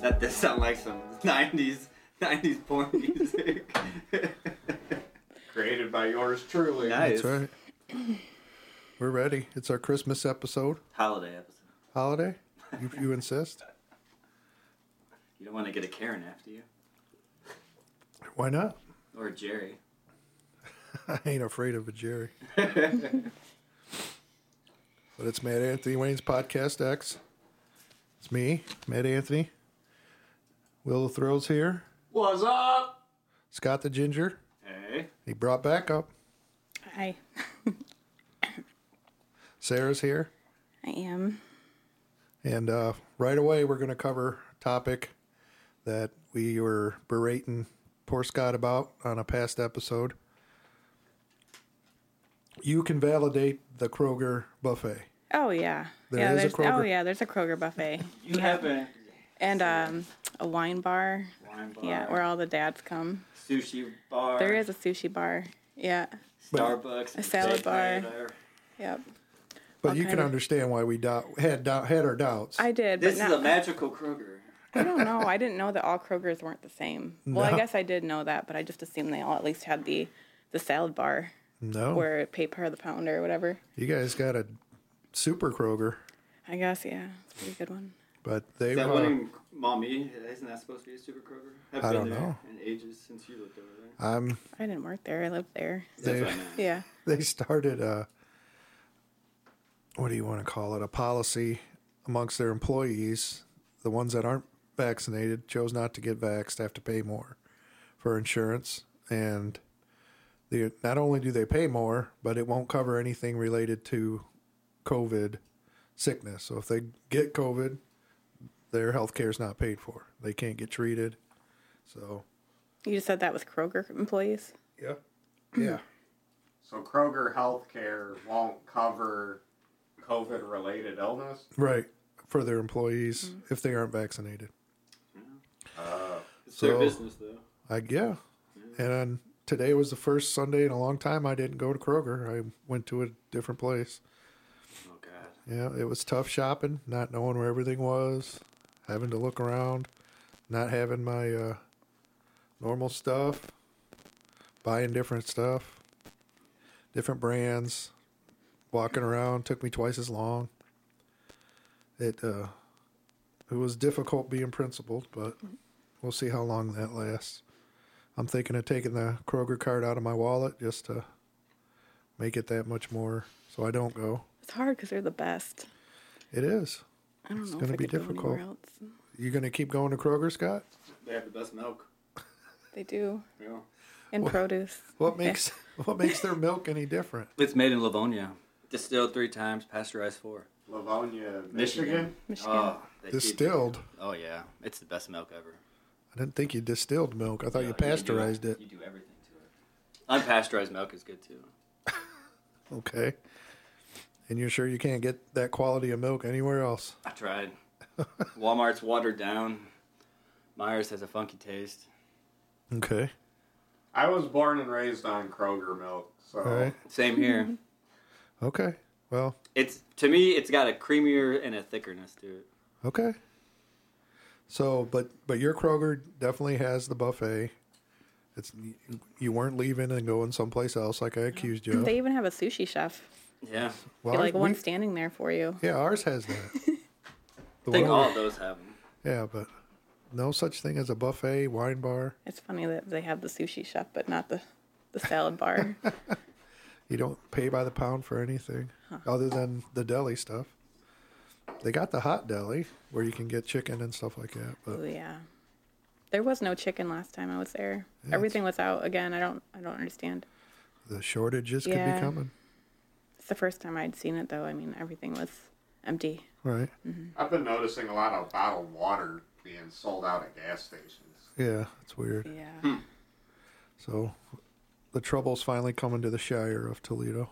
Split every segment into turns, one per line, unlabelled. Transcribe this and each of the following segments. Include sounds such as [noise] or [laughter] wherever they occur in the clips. that does sound like some 90s 90s porn music. [laughs]
Created by yours truly.
nice.
That's right. [clears throat] We're ready. It's our Christmas episode.
Holiday episode.
Holiday? You, you insist?
You don't want to get a Karen after you
Why not? [laughs]
or a Jerry.
I ain't afraid of a Jerry. but it's Matt Anthony Wayne's Podcast X. It's me, Matt Anthony. Will the Thrills here.
What's up?
Scott the Ginger.
Hey.
He brought back up.
I
Sarah's here.
I am.
And uh, right away, we're going to cover a topic that we were berating poor Scott about on a past episode. You can validate the Kroger buffet.
Oh yeah.
There
yeah,
is a
there's oh
Kroger.
yeah, there's a Kroger buffet.
[laughs] You have a
And um a wine bar.
wine bar,
Yeah, where all the dads come.
sushi bar,
There is a sushi bar. Yeah.
Starbucks,
A salad bar. Yep.
But you
Okay.
can understand why we doubt, had doubt, had our doubts.
I did,
This
but
is
not,
a magical Kroger.
[laughs] I don't know. I didn't know that all Krogers weren't the same. Well,
No.
I guess I did know that, but I just assumed they all at least had the the salad bar
no,
where it paid per the pound or whatever.
you guys got a super Kroger,
I guess, yeah. It's a pretty good one.
but they
Is that
were.
one in Mommy? Isn't that supposed to be a super Kroger? I've
I
been
don't
there
know.
in ages since you lived over there.
I'm.
I didn't work there, I lived there.
They,
That's what I meant.
Yeah.
[laughs] they started a what do you want to call it a policy amongst their employees the ones that aren't vaccinated chose not to get vaxxed have to pay more for insurance and they, not only do they pay more but it won't cover anything related to covid sickness so if they get covid their health care is not paid for they can't get treated so
You just said that with Kroger employees?
yeah yeah
So Kroger Healthcare won't cover COVID related illness?
[clears throat] Right. For their employees if they aren't vaccinated.
Uh,
It's their
So-
business though.
I yeah. And then today was the first Sunday in a long time I didn't go to Kroger. I went to a different place.
Oh God.
Yeah, it was tough shopping, not knowing where everything was, having to look around, not having my uh, normal stuff, buying different stuff, different brands, walking around took me twice as long. It uh, it was difficult being principled, but we'll see how long that lasts. I'm thinking of taking the Kroger card out of my wallet just to make it that much more, so I don't go.
It's hard because they're the best.
It is.
I don't
It's
know
gonna
if I
be
could go anywhere
difficult.
else.
You gonna keep going to Kroger, Scott?
They have the best milk.
They do.
You know?
And produce.
uh,
What makes [laughs] what makes their milk any different?
It's made in Livonia. Distilled three times, pasteurized four.
Livonia, Michigan?
Michigan.
Michigan.
Oh, they keep-
Distilled.
Oh yeah, it's the best milk ever.
I didn't think you distilled milk. I thought Oh, you pasteurized it.
You do everything to it. Unpasteurized milk is good too.
Okay. And you're sure you can't get that quality of milk anywhere else?
I tried. Walmart's watered down. Myers has a funky taste.
Okay.
I was born and raised on Kroger milk. So
All right.
Same
[laughs]
here.
Okay. Well.
It's to me, it's got a creamier and a thickerness to it.
Okay. So, but but your Kroger definitely has the buffet. It's you weren't leaving and going someplace else like I accused you. Of.
They even have a sushi chef.
Yeah,
Well,
Get like
ours-
one
we-
standing there for you.
yeah, ours has that. The
I think
one
all of those have them.
Yeah, but no such thing as a buffet, wine bar.
It's funny that they have the sushi chef, but not the, the
[laughs]
salad bar.
You don't pay by the pound for anything other than the deli stuff. They got the hot deli where you can get chicken and stuff like that. But
Ooh, yeah. There was no chicken last time I was there. Everything was out again. I don't I don't understand.
the shortages could be
Yeah.
coming,
It's the first time I'd seen it though. I mean, everything was empty.
right?
I've been noticing a lot of bottled water being sold out at gas stations.
Yeah, it's weird.
Hmm.
Yeah.
So the trouble's finally coming to the Shire of Toledo.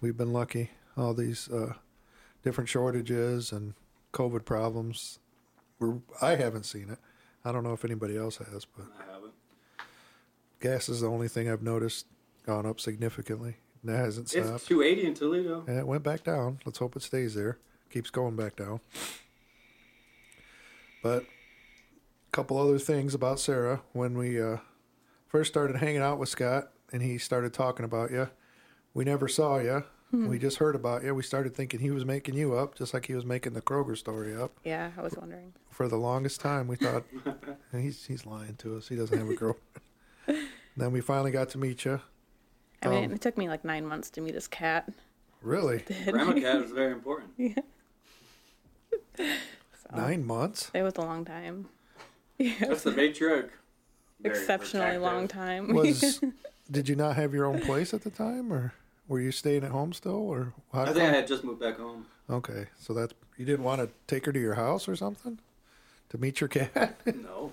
We've been lucky. All these uh, different shortages and COVID problems. We're, I haven't seen it. I don't know if anybody else has, but
I haven't.
Gas is the only thing I've noticed gone up significantly. And that hasn't stopped.
It's 280 in
[laughs]
Toledo.
and it went back down. Let's hope it stays there. Keeps going back down. But couple other things about Sarah when we uh, first started hanging out with Scott and he started talking about you. We never saw you. We just heard about you. We started thinking he was making you up, just like he was making the Kroger story up.
Yeah, I was wondering.
For the longest time, we thought he's he's lying to us. He doesn't have a girlfriend. [laughs] then we finally got to meet you.
I mean,
Um,
it took me like nine months to meet his cat.
Really,
Grandma cat is very important.
[laughs]
nine months?
It was a long time. [laughs]
That's the matriarch.
Very
Exceptionally long
protective.
time. [laughs]
Was did you not have your own place at the time, or were you staying at home still, or how
I
did
think I had just moved back
[laughs]
home.
Okay, so that's you didn't want to take her to your house or something to meet your cat. [laughs]
No.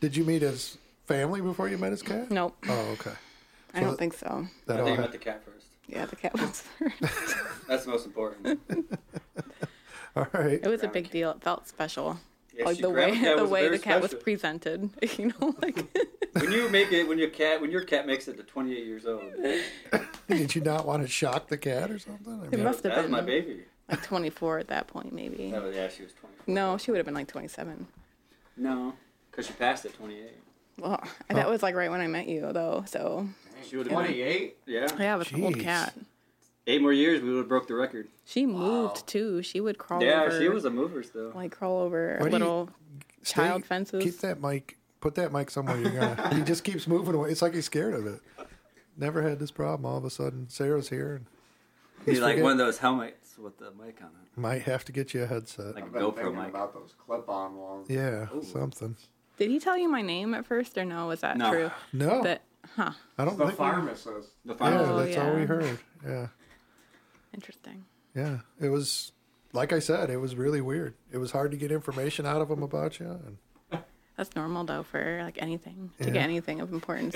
Did you meet his family before you met his cat?
nope.
Oh, okay.
I don't think so.
I
That
think
all
I
ha-
met the cat first.
Yeah, the cat [laughs] was
That's the most
[laughs]
important.
all right. [laughs]
It was a
Grandma
big
cat.
deal. It felt special.
Yeah,
like
she-
the way
Grandma cat
[laughs] the
was
way
very
the cat was
special.
presented. [laughs] You know, like
[laughs] when you make it, when your cat, when your cat makes it to 28 years
[laughs]
old, that
Did you not want to shock the cat or something? I mean,
must have
was my
been.
baby.
like 24 at that point, maybe.
That was, yeah, she was 20.
No, she would have been like 27.
No, because she passed at 28.
Well, that was like right when I met you, though. So
She would have been.
28?
Yeah.
yeah, it was an old
Jeez.
cat.
Eight more years, we would have broke the record.
She moved too. She would crawl
yeah,
over.
she was a mover still.
like crawl over
Why do you-
little
stay-
child fences.
Keep that mic. Put that mic somewhere you're gonna. he just keeps moving away. It's like he's scared of it. Never had this problem. All of a sudden, Sarah's here and
He's like
forget-
one of those helmets with the mic on it.
might have to get you a headset.
Like a
I've been
GoPro
thinking
mic.
about those clip-on ones.
yeah, something.
Did he tell you my name at first, or no? Was that
No.
true?
No,
That huh?
I don't
The
think. we-
pharmacist.
The
yeah,
final.
Oh,
that's all we
yeah.
heard. Yeah.
Interesting.
Yeah, it was like I said, it was really weird. It was hard to get information out of them about you. And
That's normal though for like anything to
Yeah.
get anything of
[laughs]
importance.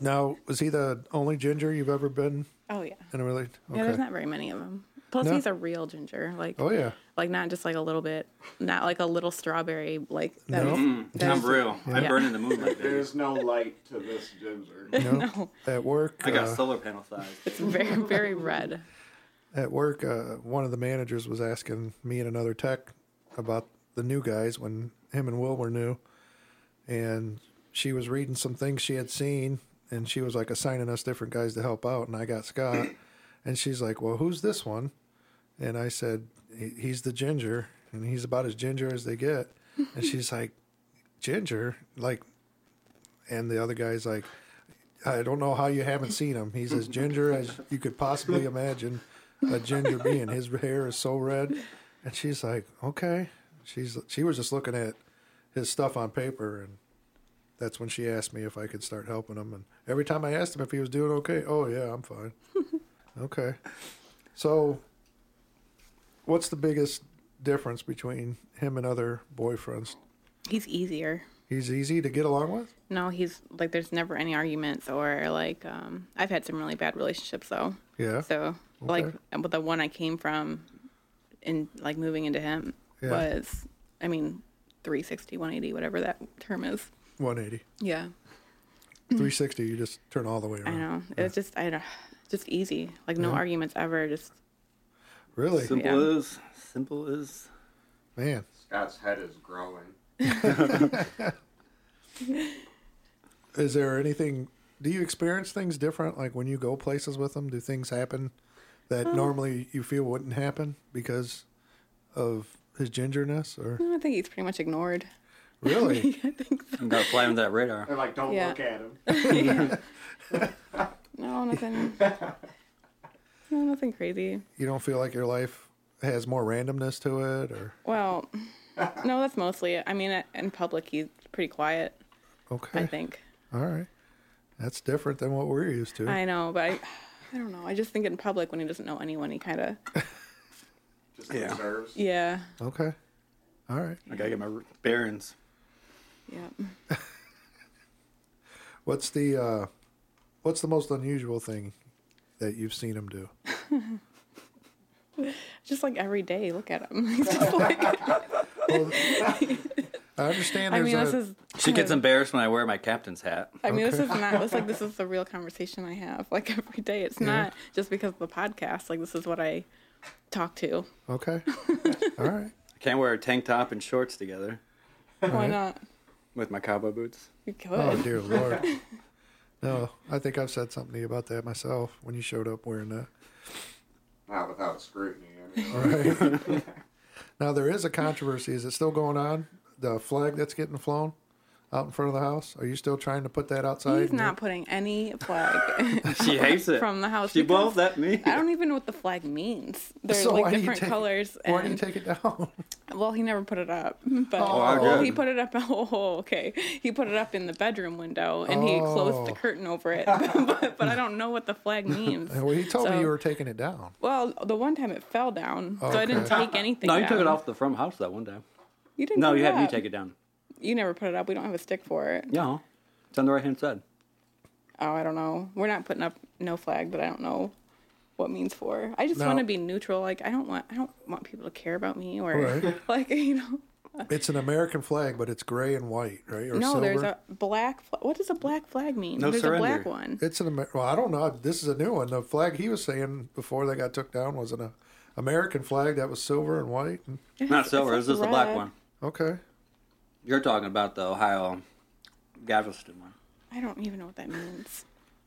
now, was he the only ginger you've ever been
oh yeah.
in a relation?
Yeah, there's not very many of them. Plus,
No.
he's a real ginger, like
Oh
[laughs]
yeah,
like not just like a little bit, not like a little strawberry, like that
No.
was- that
I'm
was-
real. I
Yeah.
burn in the moonlight. baby.
There's no light to this ginger.
[laughs]
no. At work,
I got
uh,
solar panel thighs.
It's very very red.
at work, uh, one of the managers was asking me and another tech about the new guys when him and Will were new, and she was reading some things she had seen, and she was like assigning us different guys to help out, and I got Scott, [clears throat] and she's like, "Well, who's this one?" And I said, "He- "He's the ginger, and he's about as ginger as they get," and she's like, "Ginger, like," and the other guy's like. I don't know how you haven't seen him. He's as ginger as you could possibly imagine a ginger being. His hair is so red, and she's like, "Okay." She's she was just looking at his stuff on paper, and that's when she asked me if I could start helping him. And every time I asked him if he was doing okay, oh yeah, I'm
[laughs]
fine. okay, so what's the biggest difference between him and other boyfriends?
He's easier.
He's easy to get along with.
No, he's like there's never any arguments or like um I've had some really bad relationships though.
Yeah.
So like but the one I came from and like moving into him
Yeah.
was I mean 360 180 whatever that term is.
180,
Yeah.
360. You just turn all the way
I
around.
know. It was just I don't just easy. Like no arguments ever just
Really,
Simple
as simple as.
man.
Scott's head is growing.
is there anything do you experience things different like when you go places with them do things happen that
Uh.
normally you feel wouldn't happen because of his gingerness
[laughs]
or
Mm, I think he's pretty much ignored. [laughs]
really
I think so.
I'm gonna fly under that radar.
They're like, don't
Yeah.
look at him.
[laughs]
No, nothing. no, nothing crazy.
you don't feel like your life has more randomness to it or
Well, no, that's mostly it. I mean, in public he's pretty quiet,
okay
I think.
all right that's different than what we're used to
I know, but I, I don't know. I just think in public when he doesn't know anyone, he kind of
Just
Yeah.
observes.
yeah,
okay all right
I gotta get my r- bearings.
yeah.
what's the uh what's the most unusual thing that you've seen him do
Just like every day, look at him. [laughs]
[laughs]
He's just like,
well, i understand
I
there's
mean,
a
this is.
She gets embarrassed when I wear my captain's hat.
I mean, this is not. It's
[laughs]
like this is the real conversation I have. Like [laughs] every day, it's not [laughs] just because of the podcast. Like this is what I talk to.
okay all right
I Can't wear a tank top and shorts together
Why not?
with my cowboy boots.
We could.
Oh dear lord. No, I think I've said something to you about that myself when you showed up wearing that.
Not without scrutiny. I mean,
Right. now there is a controversy. Is it still going on? The flag that's getting flown out in front of the house. Are you still trying to put that outside?
He's not putting any
[laughs]
flag [laughs]
She hates it.
from the house.
she
because
both at me.
I don't even know what the flag means. There's
So why
like
do you
different
take it-
colors. And,
Why do you take it down? [laughs]
well, he never put it up. [laughs] But
Oh,
I
well,
did.
he put it up. [laughs] Oh, okay. He put it up in the bedroom window and he closed the
Oh.
curtain
[laughs]
over it. [laughs] but, but I don't know what the flag means.
well, he told
So-
me you were taking it down.
Well, the one time it fell down, so I didn't
Okay.
take anything.
No, you took
down.
it off the front house that one time.
You didn't.
No,
put
you
it
had me
up.
take it down.
You never put it up. We don't have a stick for it.
Yeah, huh? it's on the right hand side.
Oh, I don't know. We're not putting up no flag that I don't know what means for. I just
No.
want to be neutral. Like I don't want I don't want people to care about me or
Right.
[laughs] like you know.
It's an American flag, but it's gray and white, right? Or
no,
silver.
there's a black. Fl- what does a black flag mean?
No
there's a black
surrender.
one.
It's an Amer- well, I don't know. This is a new one. The flag he was saying before they got took down was an uh, American flag that was silver and white. And,
Not silver, it's
it's like
just the black
red.
one.
okay,
You're talking about the Ohio Galveston one.
I don't even know what that means.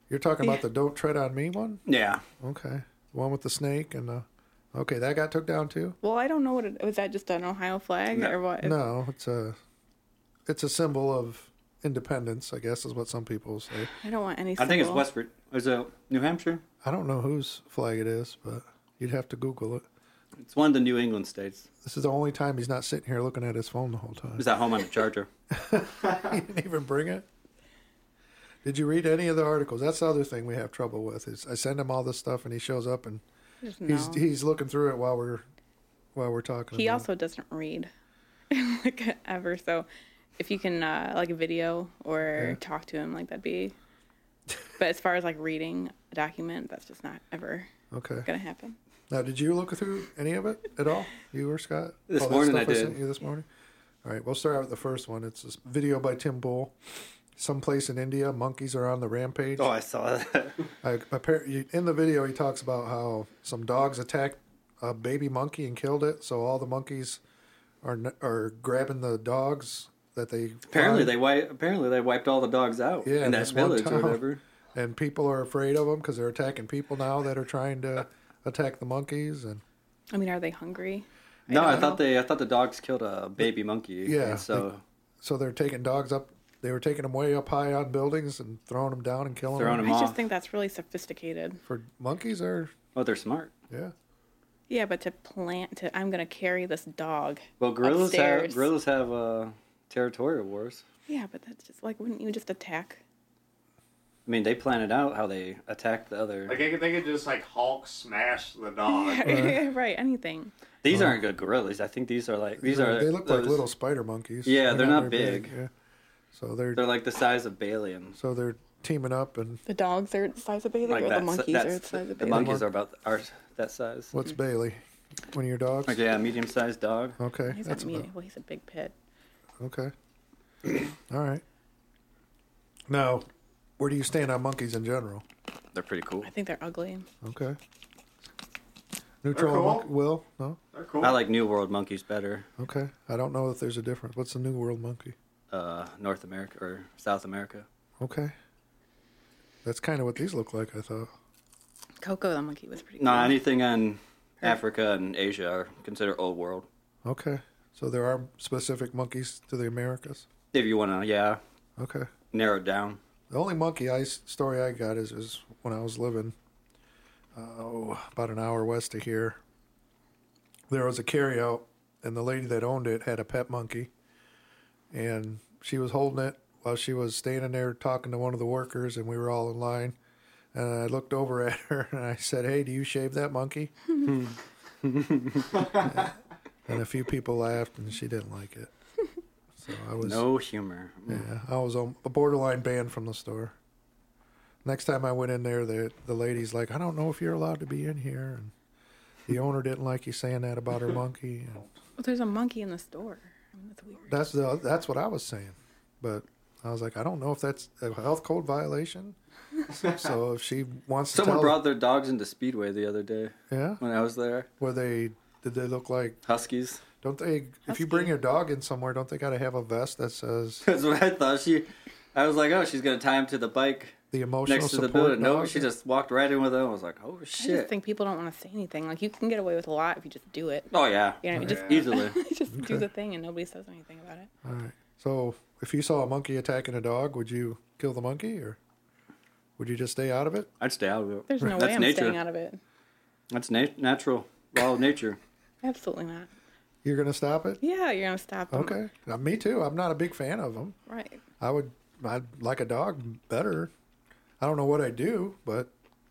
you're talking about the
Yeah.
"Don't Tread on Me" one.
Yeah.
Okay, the one with the snake and the. Okay, that got took down too.
Well, I don't know what it was. That just an Ohio flag
No.
or what?
No, it's a, it's a symbol of independence. I guess is what some people say.
I don't want any.
I think it's
symbol.
Westford. Is it New Hampshire?
I don't know whose flag it is, but you'd have to Google it.
It's one of the New England states.
This is the only time he's not sitting here looking at his phone the whole time. [laughs]
It was at home on the charger.
he didn't even bring it. Did you read any of the articles? That's the other thing we have trouble with is I send him all this stuff and he shows up and
Just
he's
no.
he's looking through it while we're while we're talking.
he
about
also doesn't read [laughs] like ever so if you can uh, like video or talk to him like that'd be [laughs] but as far as like reading a document that's just not ever
it. okay.
gonna happen
Now, did you look through any of it at all, you or Scott?
This
all that
morning
stuff
I
sent
did.
you this morning. All right, we'll start out with the first one. It's this video by Tim Bull. Someplace in India, monkeys are on the rampage.
[laughs] Oh, I saw that.
I, appar- you- in the video, he talks about how some dogs attacked a baby monkey and killed it. So all the monkeys are n- are grabbing the dogs that they
[laughs] apparently
find,
they wi- apparently they wiped all the dogs out
Yeah,
in that
this one
village or
town.
[laughs] whatever.
and people are afraid of them because they're attacking people now that are trying to attack the monkeys and
i mean are they hungry
No, I
know.
thought they I thought the dogs killed a baby monkey.
Yeah,
and so
so they're taking dogs up. They were taking them way up high on buildings and throwing them down and killing
Throwing
them.
'em
i
off.
just think that's really sophisticated
For monkeys are
well, they're smart.
yeah.
yeah but to plant to i'm gonna carry this dog
Well, gorillas
upstairs.
have gorillas have uh, territorial wars.
yeah but that's just like wouldn't you just attack
I mean, they planned it out how they attacked the
like
other.
they could, they could just like Hulk smash the dog.
[laughs] right anything
These aren't good gorillas. I think these are like these are.
they look like
those-
little spider monkeys.
Yeah, they're not
very
big.
Yeah. So they're,
They're like the size of Balian.
so they're teaming up and
the dogs are the size of baby
Like
or
that.
the monkeys
that's,
are the size of
the
baby
monkeys are about are that size.
what's Bailey? One of your dogs?
Like yeah, medium sized dog.
Okay,
he's
that's
not
about,
mean well he's a big pit
okay. All right. Now, where do you stand on monkeys in general?
They're pretty cool.
i think they're ugly
Okay. Neutral
cool.
monkey? Will no?
They're cool.
I like New World monkeys better.
Okay, I don't know if there's a difference. What's the New World monkey?
Uh, North America or South America.
Okay. That's kind of what these look like. I thought.
coco the monkey was pretty
No,
cool.
anything on Africa and Asia are considered old world.
Okay, so there are specific monkeys to the Americas.
If you want to, yeah,
Okay.
narrow it down.
The only monkey I story I got is, is when I was living, oh, about an hour west of here. There was a carryout, and the lady that owned it had a pet monkey, and she was holding it while she was standing there talking to one of the workers, and we were all in line. And I looked over at her [laughs] and I said, "Hey, do you shave that monkey?" and a few people laughed, and she didn't like it. So I was
No humor.
yeah, I was on a borderline banned from the store. Next time I went in there, the the lady's like, "I don't know if you're allowed to be in here," and the owner didn't like you saying that about her monkey. And
Well, there's a monkey in the store. I mean, that's weird.
that's the that's what I was saying, but I was like, I don't know if that's a health
[laughs]
code violation. So if she wants to
Someone
tell,
brought their dogs into Speedway the other day
yeah,
when I was there.
were they did they look like
Huskies. [laughs]
Don't they? If you bring your dog in somewhere, don't they got to have a vest that says
That's what I thought. She, I was like, oh, she's gonna tie him to the bike
the emotional
next to the
support?
building. No,
dog?
she just walked right in with it. I was like, oh
I just
shit.
think people don't want to say anything. Like you can get away with a lot if you just do it.
Oh yeah,
You know, you just [laughs]
Yeah.
easily.
just do the thing and nobody says anything about it.
All right. So if you saw a monkey attacking a dog, would you kill the monkey or would you just stay out of it?
I'd stay out of it.
There's no
That's
way I'm
nature.
staying out of it.
That's nat- natural, law of nature.
Absolutely not.
You're gonna stop it?
Yeah, you're gonna stop them.
Okay. Now, me too. I'm not a big fan of them.
Right.
I would. I like a dog better. I don't know what I do, but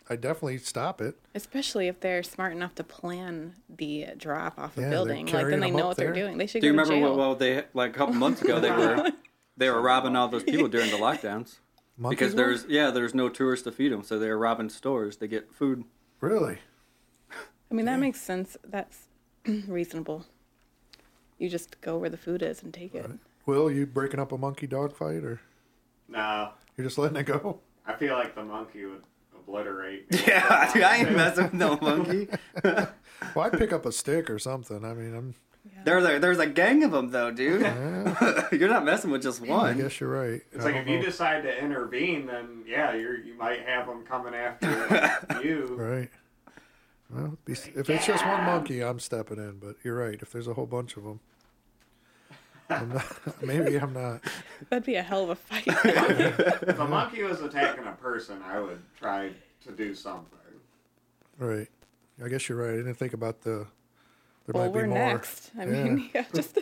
I definitely stop it.
Especially if they're smart enough to plan the drop off a
Yeah, they're
building. Like
carrying
then they
them
know
up
what
there.
they're doing. They should
Do you
go
remember
to jail.
what? Well, they like a couple months ago they
[laughs]
were they were robbing all those people during the [laughs] lockdowns
Monkeys
because
will?
there's yeah there's no tourists to feed them, so they're robbing stores to get food.
really
I mean that makes sense. That's [clears throat] reasonable. You just go where the food is and take it.
will you breaking up a monkey dog fight or
No,
you're just letting it go? [laughs]
I feel like the monkey would obliterate. me.
[laughs] [laughs] Yeah, dude, I ain't messing with [laughs] no monkey.
Well, I'd pick up a stick or something. I mean, I'm.
There's a, there's a gang of them though, dude. [laughs] You're not messing with just
I
one.
guess you're right.
It's
I
like
don't
if you
know.
decide to intervene, then yeah, you're you might have them
[laughs]
coming after you.
Right. Well, be, if it's just one monkey, I'm stepping in. But you're right. If there's a whole bunch of them, I'm not, [laughs] maybe I'm not.
That'd be a hell of a
[laughs]
fight.
If a monkey was attacking a person, I would try to do something.
Right. I guess you're right. I didn't think about the. There
well,
might be
we're
more.
next. I mean, [laughs] yeah, just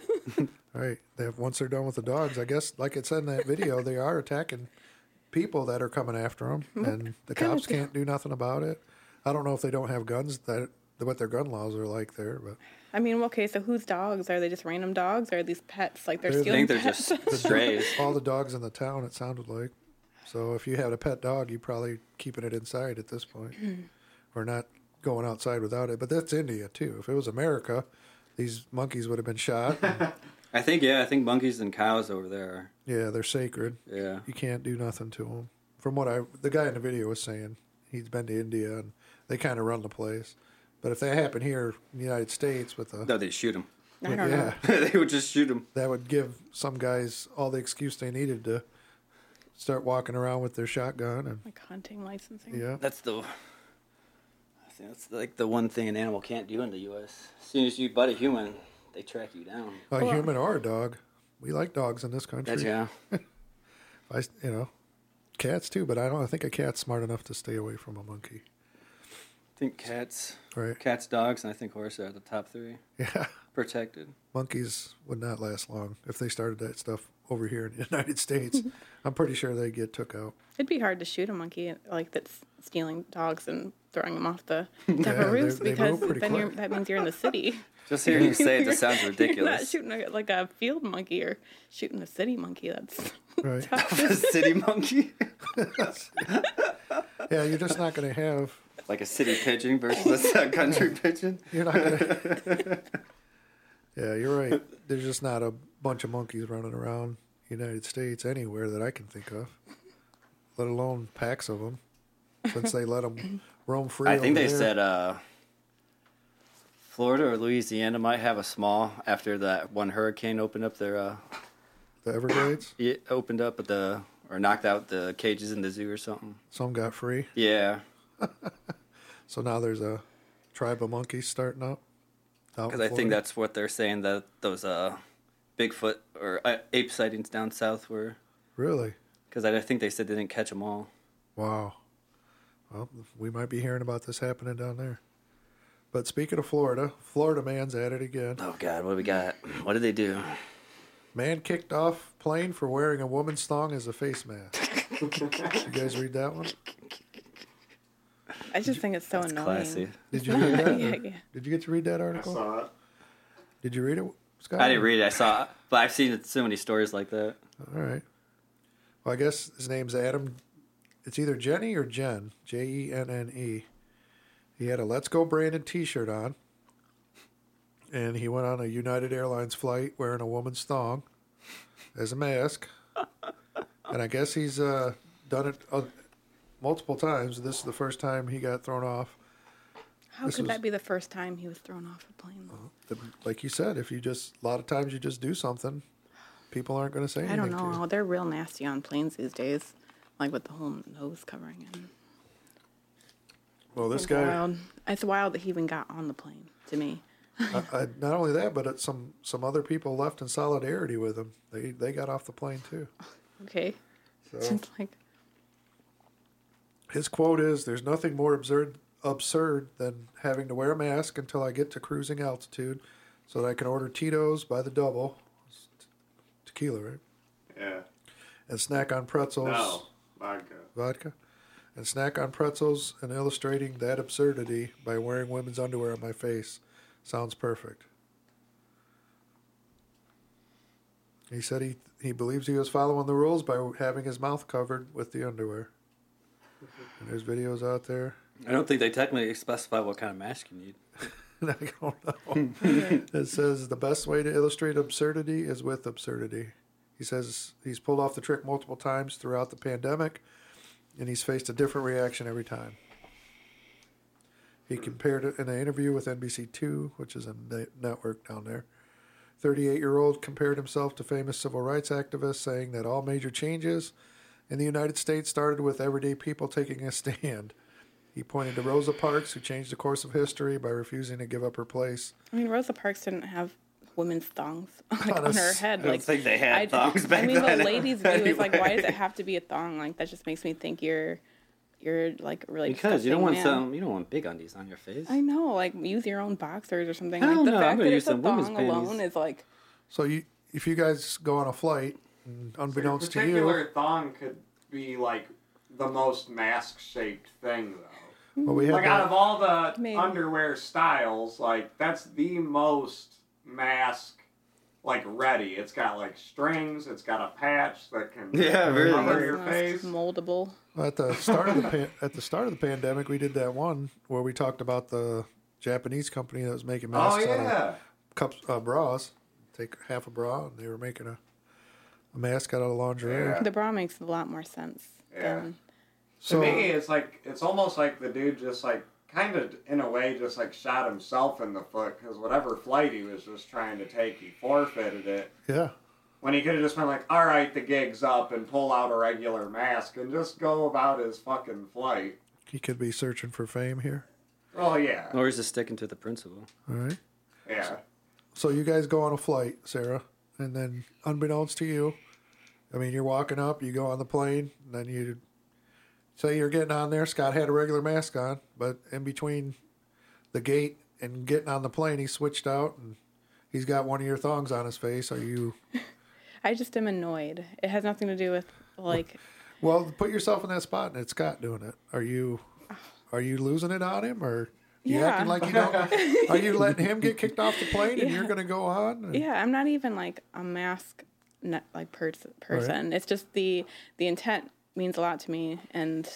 Right. They have, once they're done with the dogs, I guess, like it said in that video, they are attacking people that are coming after
[laughs]
them, and the
kind of
cops can't do nothing about it. I don't know if they don't have guns. That what their gun laws are like there, but
I mean, okay, so whose dogs? Are they just random dogs or are these pets? Like they're
They're- I
I
stealing
think they're
pets?
just strays.
all the dogs in the town, it sounded like. So if you had a pet dog, you probably keeping it inside at this point, or not going outside without it. But that's India too. If it was America, these monkeys would have been
[laughs]
shot. and,
I think yeah, I think monkeys and cows over there.
yeah, they're sacred.
Yeah,
you can't do nothing to them. From what I, the guy in the video was saying, he's been to India and they kind of run the place. But if that happened here in the United States with a,
no, they shoot them.
[laughs] I don't know.
yeah,
[laughs] they would just shoot them.
that would give some guys all the excuse they needed to start walking around with their shotgun and
Like hunting licensing.
yeah,
That's the. I think that's like the one thing an animal can't do in the U.S. As soon as you butt a human, they track you down.
a
Well-
human or a dog. We like dogs in this country.
That's yeah.
I, s- you know, cats too, but I don't. I think a cat's smart enough to stay away from a monkey.
I think cats,
Right? [laughs]
cats, dogs, and I think horses are the top three
Yeah.
protected.
monkeys would not last long if they started that stuff over here in the [laughs]
[laughs]
United States. I'm pretty sure they'd get took out.
It'd be hard to shoot a monkey like that's stealing dogs and throwing them off the top
[laughs] Yeah,
of roofs
they- they
because
move pretty
then you're,
quick.
that means you're in the city.
[laughs]
Just hearing
[laughs]
you say it just [laughs] sounds
You're not
ridiculous.
shooting a, like a field monkey or shooting a city monkey. That's [laughs]
[laughs]
Right.
A city monkey,
Yeah, you're just not going to have.
[laughs] like a city pigeon versus [laughs] a country pigeon.
You're not going to. Yeah, you're right. There's just not a bunch of monkeys running around the United States anywhere that I can think of, let alone packs of them, since they let them roam free.
I think they
over there.
said uh, Florida or Louisiana might have a small after that one hurricane opened up their uh,
the Everglades.
it opened up the or knocked out the cages in the zoo or something.
Some got free,
Yeah,
so now there's a tribe of monkeys starting up. out in
because I think
Florida.
that's what they're saying that those uh, Bigfoot or uh, ape sightings down south were.
really
Because I think they said they didn't catch them all.
Wow. Well, we might be hearing about this happening down there. But speaking of Florida, Florida man's at it again.
Oh God, what do we got? What did they do?
Man kicked off plane for wearing a woman's thong as a face mask. you guys read that one?
I just think it's so annoying.
Classy.
Did you read that? [laughs]
[laughs] Yeah, yeah.
Did you get to read that
I
article?
saw it.
Did you read it, Scott?
I didn't read it. I saw, it, but I've seen so many stories like that.
All right. Well, I guess his name's Adam. It's either Jenny or Jen. J E N N E. He had a Let's Go Brandon t shirt on. And he went on a United Airlines flight wearing a woman's thong as a
[laughs]
mask. And I guess he's uh, done it uh, multiple times. This is Oh, the first time he got thrown off
How
This
could
was-
that be the first time he was thrown off a plane? though?
The- Like you said, if you just a lot of times you just do something, people aren't going to say
I
anything.
don't
to you.
know. They're real nasty on planes these days, like with the whole nose covering. And
Well, this
it's
guy.
wild. It's wild that he even got on the plane. To me,
I, I, not only that, but it's some some other people left in solidarity with him. They they got off the plane too.
okay,
So
Oh.
it's [laughs] like
his quote is: "There's nothing more absurd absurd than having to wear a mask until I get to cruising altitude, so that I can order Tito's by the double, It's te- tequila, right,
Yeah.
and snack on pretzels,
No. Vodka.
vodka, and snack on pretzels, and illustrating that absurdity by wearing women's underwear on my face. Sounds perfect. He said he he believes he was following the rules by having his mouth covered with the underwear. And there's videos out there.
I don't think they technically specify what kind of mask you need.
[laughs] I don't know. it says the best way to illustrate absurdity is with absurdity. He says he's pulled off the trick multiple times throughout the pandemic, and he's faced a different reaction every time. He compared it in an interview with NBC2, which is a ne- network down there. 38 year old compared himself to famous civil rights activists, saying that all major changes in the United States started with everyday people taking a stand. He pointed to Rosa Parks, who changed the course of history by refusing to give up her place.
I mean, Rosa Parks didn't have women's thongs [laughs] like,
On
on,
a
her
s-
head.
Oh, I don't
like,
think they had
I-
thongs back
I mean,
then,
the ladies' view is like, why
[laughs]
does
anyway.
it have to be a thong? Like, that just makes me think you're, you're like really
Because you don't
disgusting
want
man.
some, you don't want big undies on your face.
I know, like use your own boxers or something.
I
Like
don't
the
know, I'm
fact
gonna
that
use
it's a
some women's
thong
panties.
alone is like
So, you, if you guys go on a flight, and unbeknownst to
particular
you,
thong could be like the most mask-shaped thing, though.
well, we had
Like out
that,
of all the
Maybe.
underwear styles, like that's the most mask like ready. It's got like strings, it's got a patch that can
Yeah, really.
cover
Over
your
it's
face.
the most moldable.
at the start of the pan- [laughs] at the start of the pandemic, we did that one where we talked about the Japanese company that was making
Oh
masks out of
yeah.
cups, uh, bras. Take half a bra, and they were making a, a mask out of lingerie.
Yeah.
The bra makes a lot more sense.
Yeah.
than-
So,
to me it's like it's almost like the dude just like kind of in a way just like shot himself in the foot because whatever flight he was just trying to take he forfeited it
yeah.
when he could have just been like all right the gig's up and pull out a regular mask and just go about his fucking flight
He could be searching for fame here.
oh yeah
Or is it sticking to the principle?
All right.
yeah
So you guys go on a flight, Sarah, and then unbeknownst to you, I mean, you're walking up, you go on the plane, and then you say you're getting on there. Scott had a regular mask on, but in between the gate and getting on the plane, he switched out and he's got one of your thongs on his face. Are you
I just am annoyed. It has nothing to do with like
well? Put yourself in that spot, and it's Scott doing it. Are you are you losing it on him or? You
Yeah.
acting like you don't. Are
[laughs]
you letting him get kicked off the plane, and you're
Yeah.
going to go on? And-
yeah i'm not even like a mask not like pers- person it's just the the intent means a lot to me and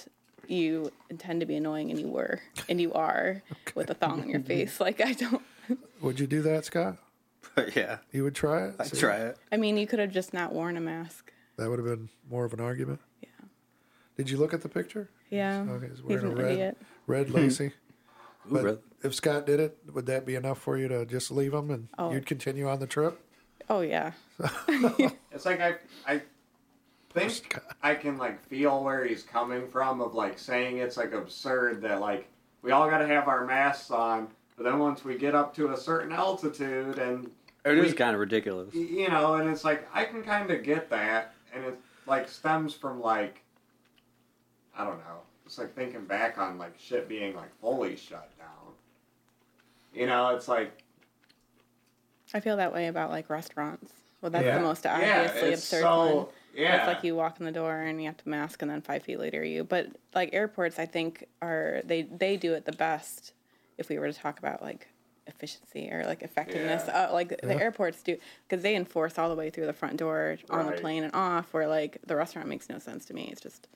you intend to be annoying and you were and you
[laughs]
are with a thong on your face like i don't
Would you do that, Scott?
But [laughs] yeah,
You would try it.
I
See?
try it.
i mean you could have just not worn a mask
That would have been more of an argument. Yeah. Did you look at the picture?
yeah
Okay, he's
he's
wearing
an
a red,
idiot
red lacy.
Ooh,
But
really?
if Scott did it, would that be enough for you to just leave him and
Oh.
you'd continue on the trip?
oh yeah
It's like I, I think I can like feel where he's coming from of like saying it's like absurd that like we all got to have our masks on, but then once we get up to a certain altitude and
It
we-
is kind of ridiculous.
y- you know, and it's like I can kind of get that, and it like stems from like I don't know, it's like thinking back on like shit being like fully shut down. You know, it's like
i feel that way about like restaurants well that's
Yeah.
the most
yeah,
obviously
it's
absurd
so
one
yeah,
It's like you walk in the door and you have to mask, and then five feet later you. But like airports, I think are they they do it the best. If we were to talk about like efficiency or like effectiveness, uh, like the airports do, because they enforce all the way through the front door on
Right.
the plane and off. Where like the restaurant makes no sense to me. It's just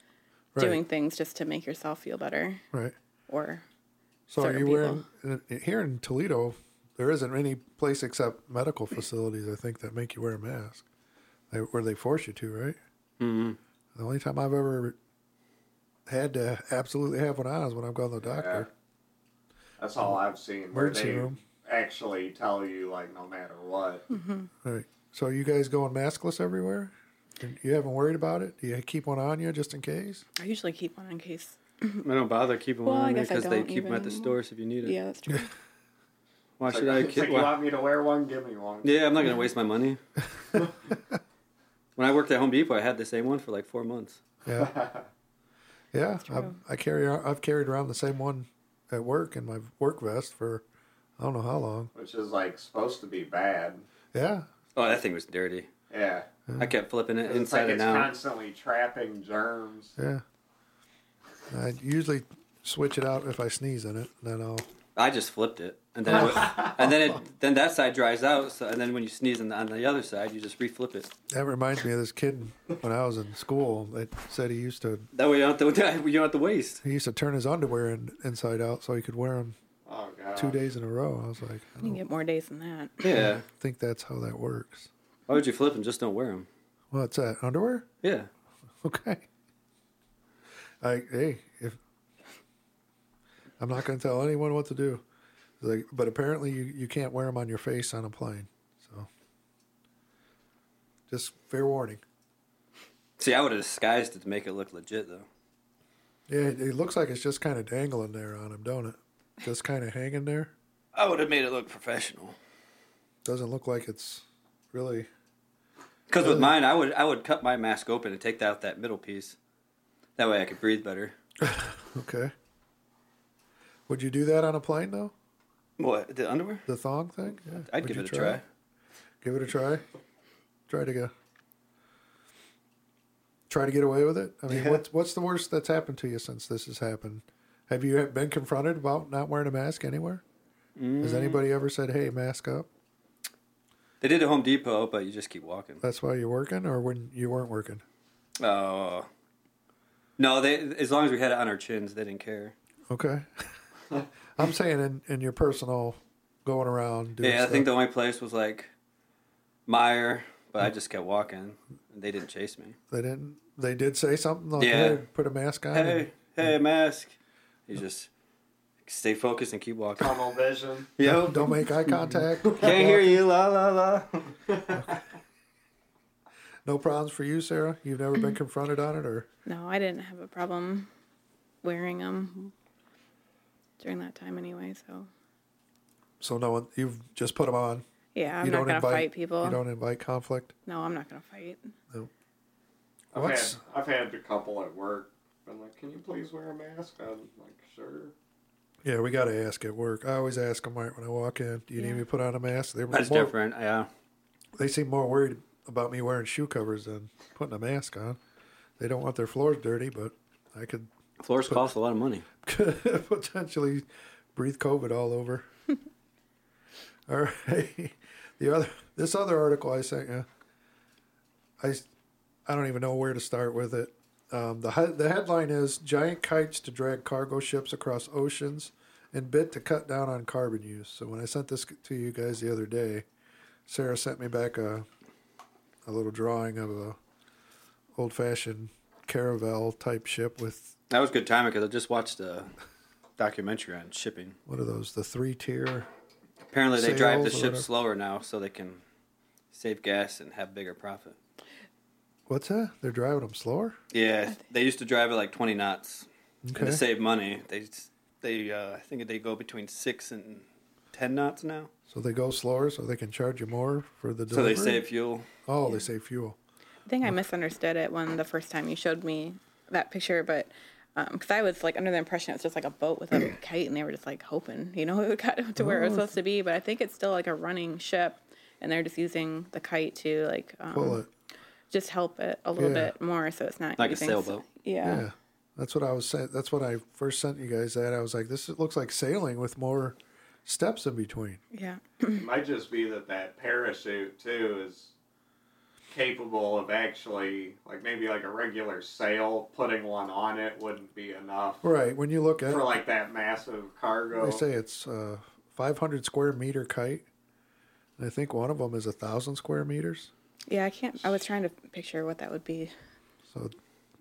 Right.
doing things just to make yourself feel better.
Right.
Or
So are
Certain
you wearing uh, here in Toledo? There isn't any place except medical facilities, I think, that make you wear a mask, they, where they force you to, right? mm The only time I've ever had to absolutely have one on is when I've gone to the doctor.
That's all I've seen. Where
Emergency
they
room.
actually tell you like no matter what.
Hmm.
Right. So you guys going maskless everywhere? And You haven't worried about it? Do you keep one on you just in case?
I usually keep one in case.
I don't bother keeping
Well,
one
I
on me
guess I
because they
don't
keep them at the
even-
stores if you need it.
Yeah, that's true.
Why
It's
should
like,
I
[laughs] it's
keep?
like, you want me to wear one? Give me one.
Yeah, I'm not gonna waste my money.
[laughs]
when I worked at Home Depot, I had the same one for like four months.
Yeah. Yeah. I,
true.
I carry. ar- I've carried around the same one at work in my work vest for I don't know how long.
[laughs] Which is like supposed to be bad.
Yeah.
Oh, that thing was dirty.
Yeah.
I kept flipping it
It's like
inside and
it's
out.
constantly trapping germs.
Yeah. I usually switch it out if I sneeze in it. Then I'll.
I just flipped it, and then it
[laughs]
wa- and then it then that side dries out. So and then when you sneeze on the, on the other side, you just reflip it.
That reminds me of this kid when I was in school that said he used to
That way you don't have to, [laughs] you don't have to waste.
he used to turn his underwear in, inside out so he could wear them
Oh god.
two days in a row. I was like, I
you
don't
can get more days than that.
Yeah.
think that's how that works.
Why would you flip and just don't wear them?
What's that underwear?
Yeah.
Okay. I hey, if I'm not going to tell anyone what to do, like, but apparently you, you can't wear them on your face on a plane. So, just fair warning.
See, I would have disguised it to make it look legit, though.
Yeah, it, it looks like it's just kind of dangling there on him, don't it? Just kind of hanging there.
I would have made it look professional.
Doesn't look like it's really.
Because with mine, I would I would cut my mask open and take out that middle piece. That way, I could breathe better.
Okay. Would you do that on a plane though?
What the underwear?
The thong thing? Yeah.
I'd
Would
give
you
it a try.
Give it a try. Try to go. Try to get away with it. I mean,
Yeah.
what's what's the worst that's happened to you since this has happened? Have you been confronted about not wearing a mask anywhere?
Mm.
Has anybody ever said, "Hey, mask up"?
They did at Home Depot, but you just keep walking.
That's why you're working, or when you weren't working?
Oh. No, they as long as we had it on our chins, they didn't care. [laughs]
Okay. I'm saying in, in your personal going around. Doing
Yeah, I
stuff.
think the only place was like Meyer, but I just kept walking. And they didn't chase me.
they didn't. They did say something like,
Yeah.
"Hey, put a mask on." and-
Hey, hey, mask. You just stay focused and keep walking.
[laughs] Tunnel vision.
Yo,
Don't
[laughs]
make eye contact.
can't hear you. La la la.
No problems for you, Sarah. You've never
[clears throat]
been confronted on it, or
No, I didn't have a problem wearing them during that time anyway. So
so no one. You've just put them on.
yeah, I'm
you
not gonna
invite
fight people.
You don't invite conflict.
No, I'm not gonna fight.
I've
What's-
had I've had a couple at work. Been like, can you please wear a mask? I'm like, sure.
Yeah, we got to ask at work. I always ask them right when I walk in. Do you need
Yeah.
me to put on a mask? They were
That's
more,
different. Yeah.
They seem more worried about me wearing shoe covers than putting a mask on. They don't want their floors dirty, but I could
Floors cost a lot of money.
could [laughs] potentially breathe COVID all over. all right. [laughs] The other this other article I sent you, I s- I don't even know where to start with it. Um, the he- the headline is giant kites to drag cargo ships across oceans and bit to cut down on carbon use. So when I sent this to you guys the other day, Sarah sent me back a a little drawing of a old fashioned caravel type ship with
That was good timing because I just watched a documentary on shipping.
what are those the three tier
Apparently, they drive the
Sales or
ship
whatever.
slower now so they can save gas and have bigger profit.
What's that? They're driving them slower.
Yeah, they used to drive at like 20 knots. And
Okay.
to save money, they s- they uh, I think they go between six and 10 knots now.
So they go slower, so they can charge you more for the
So
delivery.
they save fuel.
Oh, they save fuel.
I think I misunderstood it when the first time you showed me that picture, but because I was like under the impression it was just like a boat
[clears throat]
with a kite, and they were just like hoping, you know, [laughs] it would cut to
Oh.
where it was supposed to be. But I think it's still like a running ship, and they're just using the kite to like
Pull
um,
it.
just help it a little
Yeah.
bit more, so it's not
Like a
using s-
sailboat.
yeah.
uh, Yeah, that's what I was saying. That's when I first sent you guys that. I was like, this looks like sailing with more steps in between.
yeah,
It might just be that that parachute too is capable of actually like maybe like a regular sail putting one on it wouldn't be enough
Right. When you look at
for
it,
like that massive cargo.
they say it's uh, 500 square meter kite, and I think one of them is a thousand square meters.
yeah. I can't. I was trying to picture what that would be.
So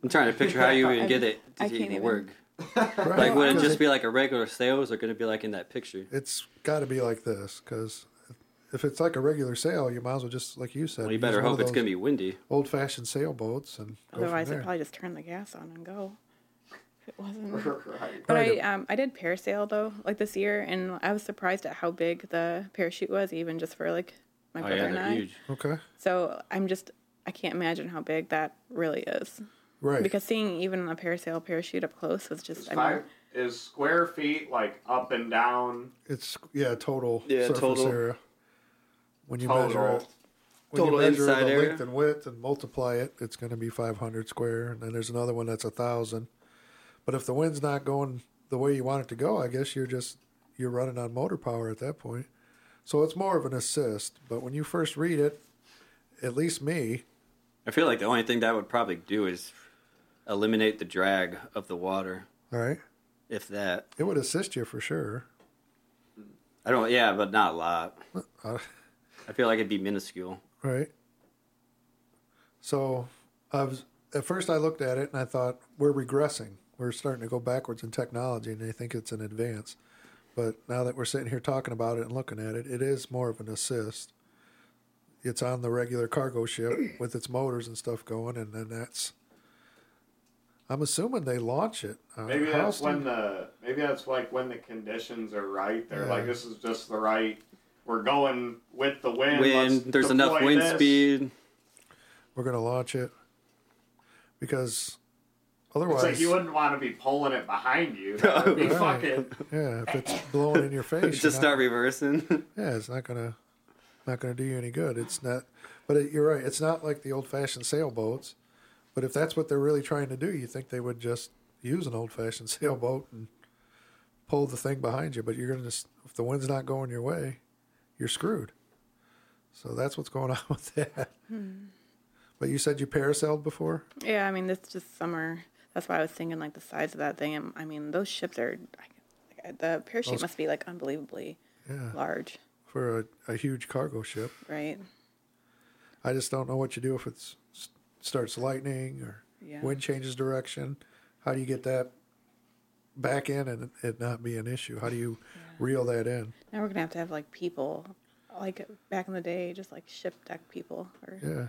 I'm trying to picture how you would get it to
[laughs] I
even,
can't even-
work.
Right?
Like, would it
'Cause
just be like a regular sales, or could it be like in that picture?
It's got to be like this because if it's like a regular sale, you might as well just like you said.
Well, you better hope it's gonna be windy.
old fashioned sailboats and go
Otherwise,
from
I'd
there.
probably just turn the gas on and go. If it wasn't.
[laughs] right.
But I
Right.
um, I did parasail though, like this year, and I was surprised at how big the parachute was, even just for like my
Oh
brother
yeah,
and
they're
I.
huge.
okay,
So I'm just I can't imagine how big that really is.
right?
Because seeing even a parasail parachute up close was just I mean,
Five is square feet like up and down
it's yeah, total
Yeah,
surface
total.
area. When you measure
total.
it, when
Total
you measure
inside
the
area?
length and width and multiply it, it's going to be 500 square. And then there's another one that's a thousand. But if the wind's not going the way you want it to go, I guess you're just you're running on motor power at that point. So it's more of an assist. But when you first read it, at least me,
I feel like the only thing that would probably do is eliminate the drag of the water,
all right,
if that.
it would assist you for sure.
I don't. Yeah, but not a lot.
Uh,
I feel like it'd be minuscule.
Right. So, I was at first I looked at it and I thought we're regressing. We're starting to go backwards in technology, and they think it's an advance. But now that we're sitting here talking about it and looking at it, it is more of an assist. It's on the regular cargo ship with its motors and stuff going, and then that's. I'm assuming they launch it. Uh,
Maybe
how
that's
else do
when
you-
the maybe that's like when the conditions are right. They're
Yeah.
like this is just the right. We're going with the wind.
When
let's
there's enough
deploy
wind
this.
speed,
we're going to launch it. Because
It's
otherwise,
like you wouldn't want to be pulling it behind
[laughs]
you. That would be
Right.
fucking.
yeah, if it's blowing in your face, you're
just
not-
start reversing. [laughs]
Yeah, it's not gonna not gonna do you any good. It's not, but it, you're right. It's not like the old fashioned sailboats. But if that's what they're really trying to do, you think they would just use an old fashioned [laughs] sailboat and pull the thing behind you? But you're gonna just if the wind's not going your way, you're screwed. So that's what's going [laughs] on with that. But you said you parasailed before.
yeah, I mean this just summer. That's why I was thinking like the size of that thing. and, I mean those ships are. I- The parachute
Those-
must be like unbelievably
Yeah,
large,
for a, a huge cargo ship.
right?
I just don't know what you do if it starts lightning or
Yeah.
wind changes direction. How do you get that back in and it not be an issue? How do you reel that in?
Now we're gonna have to have like people, like back in the day, just like ship deck people. Or
Yeah.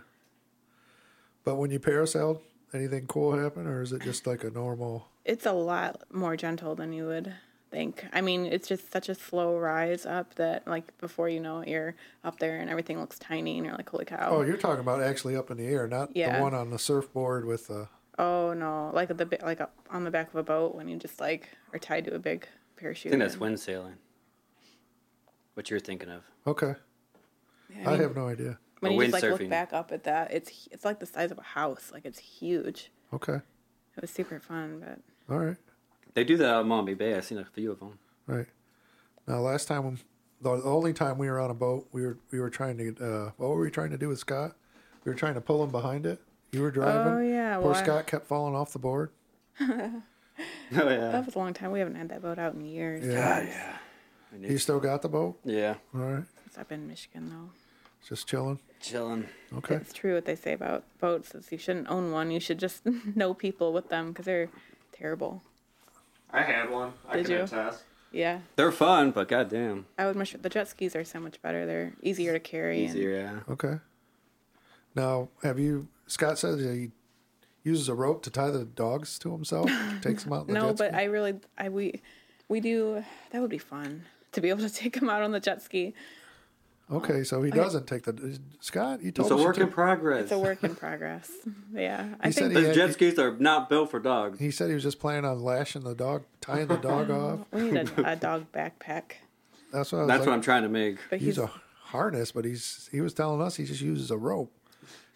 But when you parasailed, anything cool happen or is it just like a normal?
it's a lot more gentle than you would think. I mean, it's just such a slow rise up that like before you know it, you're up there and everything looks tiny, and you're like, holy cow!
Oh, you're talking about actually up in the air, not
Yeah.
the one on the surfboard with uh, the.
Oh no! Like the bi- like on the back of a boat when you just like are tied to a big
I
parachute.
think that's wind sailing. What you're thinking of?
Okay.
Yeah,
I,
I mean,
have no idea.
when
or
you just like
windsurfing.
look back up at that, it's hu- it's like the size of a house. Like it's huge.
Okay.
It was super fun, but
All right.
They do that out in Mommy Bay. I've seen a few of them.
Right. Now, last time, um, the the only time we were on a boat, we were we were trying to. Uh, what were we trying to do with Scott? We were trying to pull him behind it. You were driving.
Oh, yeah,
Poor
well, I-
Scott kept falling off the board.
[laughs] Oh yeah.
that was a long time. We haven't had that boat out in years.
Yeah.
Ah, yeah.
You still got the boat?
Yeah.
All right.
Since I've been in Michigan though.
Just chilling.
Chilling.
Okay.
It's true what they say about boats is you shouldn't own one. You should just [laughs] know people with them because they're terrible.
I had one. I
Did
can
you?
attest.
Yeah,
They're fun, but goddamn,
I would much. The jet skis are so much better. They're easier to carry. and-
easier. Yeah.
Okay. Now, have you? Scott says he uses a rope to tie the dogs to himself. takes them out. in the
[laughs] no,
jet
but
ski.
I really, I we, we do. That would be fun to be able to [laughs] take them out on the jet ski.
Okay, so he doesn't take the Scott. You told
It's a
us you
work in
took-
progress.
It's a work [laughs] in progress. Yeah, I
He said
think
he-
Those jet skis are not built for dogs.
He said he was just planning on lashing the dog, tying the dog off.
we need [laughs] a, a dog backpack.
That's what I was
That's
like,
what I'm trying to make.
But he's,
use a harness, but he's he was telling us he just uses a rope.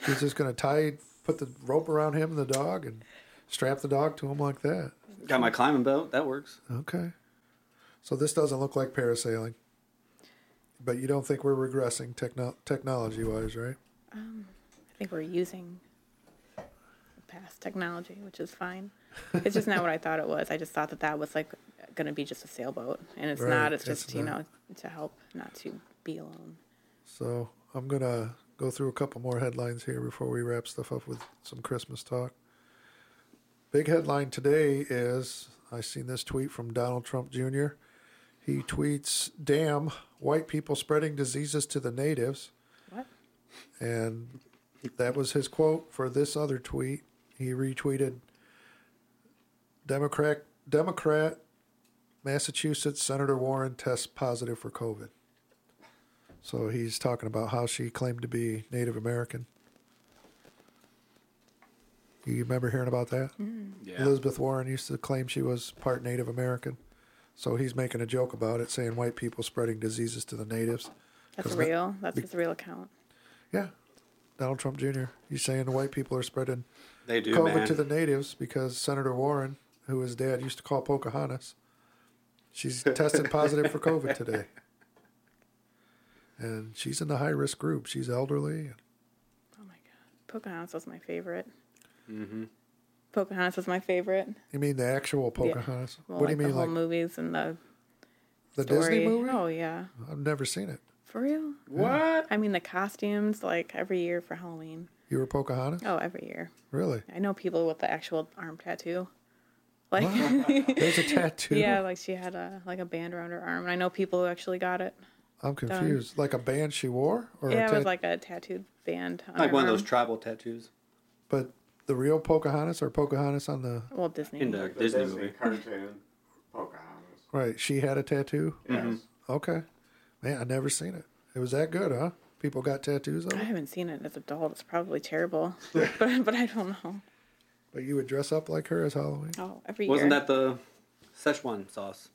He's just gonna tie, put the rope around him and the dog, and strap the dog to him like that.
Got my climbing belt. That works.
Okay. So this doesn't look like parasailing, but you don't think we're regressing techno- technology wise, right?
I think we're using past technology, which is fine. It's just not what I thought it was. I just thought that that was like going to be just a sailboat, and it's
Right,
not. It's
it's
just you
not.
know to help, not to be alone.
So I'm gonna go through a couple more headlines here before we wrap stuff up with some Christmas talk. Big headline today is I seen this tweet from Donald Trump Jr. He tweets, "Damn, white people spreading diseases to the natives,"
What?
and that was his quote for this other tweet. He retweeted, "Democrat, Democrat, Massachusetts Senator Warren tests positive for COVID." So he's talking about how she claimed to be Native American. You remember hearing about that?
Yeah.
Elizabeth Warren used to claim she was part Native American. So he's making a joke about it, saying white people spreading diseases to the natives.
That's
'Cause that-
real. That's his real account.
Yeah. Donald Trump Jr. He's saying the white people are spreading
They do,
COVID
man.
to the natives because Senator Warren, who his dad used to call Pocahontas,
[laughs]
she's tested positive for COVID today. And she's in the high risk group. She's elderly.
Oh my god, Pocahontas was my favorite. Mm-hmm. Pocahontas was my favorite.
You mean the actual Pocahontas?
Well,
what
like
do you
the
mean,
whole
like
movies and the
the
story.
Disney movie?
Oh yeah,
I've never seen it.
for real.
What?
I mean the costumes, like every year for Halloween.
You were Pocahontas?
Oh, every year. [laughs]
Really?
I know people with the actual arm tattoo. Like [laughs]
There's a tattoo.
yeah, like she had a like a band around her arm, and I know people who actually got it.
I'm confused. Like a band she wore, or a
yeah, it was
tat-
like a tattooed band. On
Like
her
one of
arm.
those tribal tattoos
but the real Pocahontas or Pocahontas on the
well, Disney.
in the
The
Disney,
Disney
movie.
cartoon Pocahontas.
right? She had a tattoo.
Yes.
Mm-hmm.
Okay, man, I never seen it. It was that good, huh? People got tattoos of
I
it,
haven't seen it as an adult. It's probably
[laughs]
terrible, but but I don't know.
but you would dress up like her as Halloween.
Oh, every
Wasn't
year.
that the Szechuan sauce?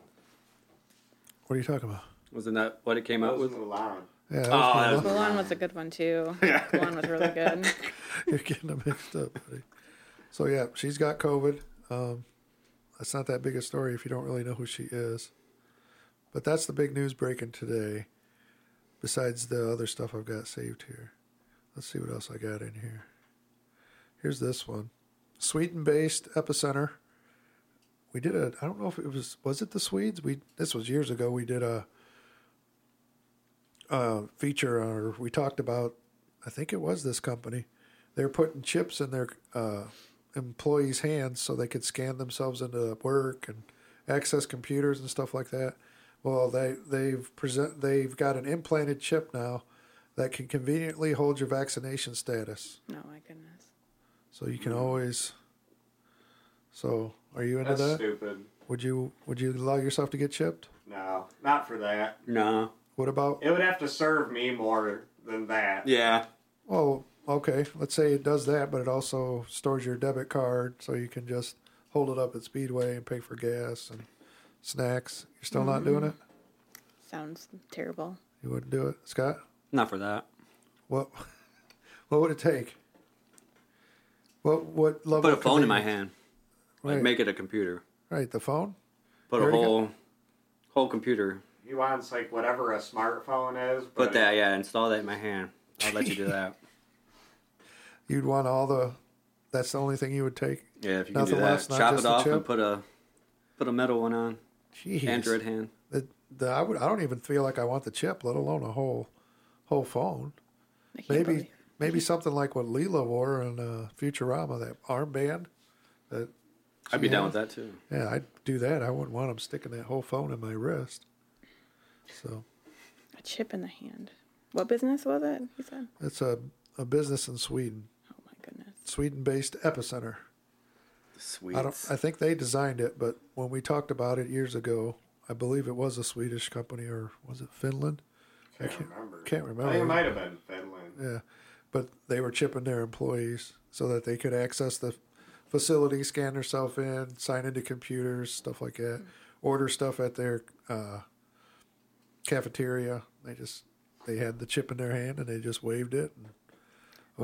What are you talking about?
Wasn't that what it came out
That was
with?
Mulan.
Yeah, that
Oh, that
was
was-
Mulan was a good one too.
[laughs]
Mulan was really good.
[laughs] You're getting them mixed up, buddy. So yeah, she's got COVID. Um, that's not that big a story if you don't really know who she is. But that's the big news breaking today. Besides the other stuff I've got saved here, let's see what else I got in here. Here's this one, Sweden-based epicenter. We did a. I don't know if it was was it the Swedes. We this was years ago. We did a, a feature or we talked about. I think it was this company they're putting chips in their uh, employees' hands so they could scan themselves into work and access computers and stuff like that. Well, they they've present they've got an implanted chip now that can conveniently hold your vaccination status,
No, Oh, my goodness.
so you can always. So, are you into
That's
that?
stupid.
Would you would you allow yourself to get chipped?
No, not for that.
No.
What about?
It would have to serve me more than that.
Yeah.
Oh, okay. Let's say it does that, but it also stores your debit card, so you can just hold it up at Speedway and pay for gas and snacks. You're still not doing
Mm-hmm.
it.
Sounds terrible.
You wouldn't do it, Scott.
Not for that.
What? [laughs] What would it take? What? What level?
Put a
of
phone in my
convenience-
hand. Like
Right.
make it a computer.
Right, the phone.
Put
There
a
you go.
whole whole computer.
He wants like whatever a smartphone is. But
Put that, yeah, install that in my hand. I'll let you do that.
You'd want all the. That's the only thing you would take.
[laughs] Yeah, if you
Nothing
can do that.
less, not
Chop
just
it
the
off
chip?
and put a put a metal one on.
Jeez.
Android hand.
The, the, I would. I don't even feel like I want the chip, let alone a whole, whole phone.
I can't
Maybe
believe-
maybe something like what Leela wore in uh, Futurama, that armband. That
I'd be
she
down with
had.
that too.
Yeah, I'd do that. I wouldn't want them sticking that whole phone in my wrist. So
a chip in the hand. What business was it? He said.
it's a, a business in Sweden,
Oh my goodness.
Sweden based Epicenter.
Sweet.
I don't. I think they designed it, but when we talked about it years ago, I believe it was a Swedish company or was it Finland?
I can't remember.
Can't
I think it
remember.
might have been Finland.
Yeah, but they were chipping their employees so that they could access the facility, scan themselves in, sign into computers, stuff like that, order stuff at their uh, cafeteria. They just they had the chip in their hand and they just waved it, and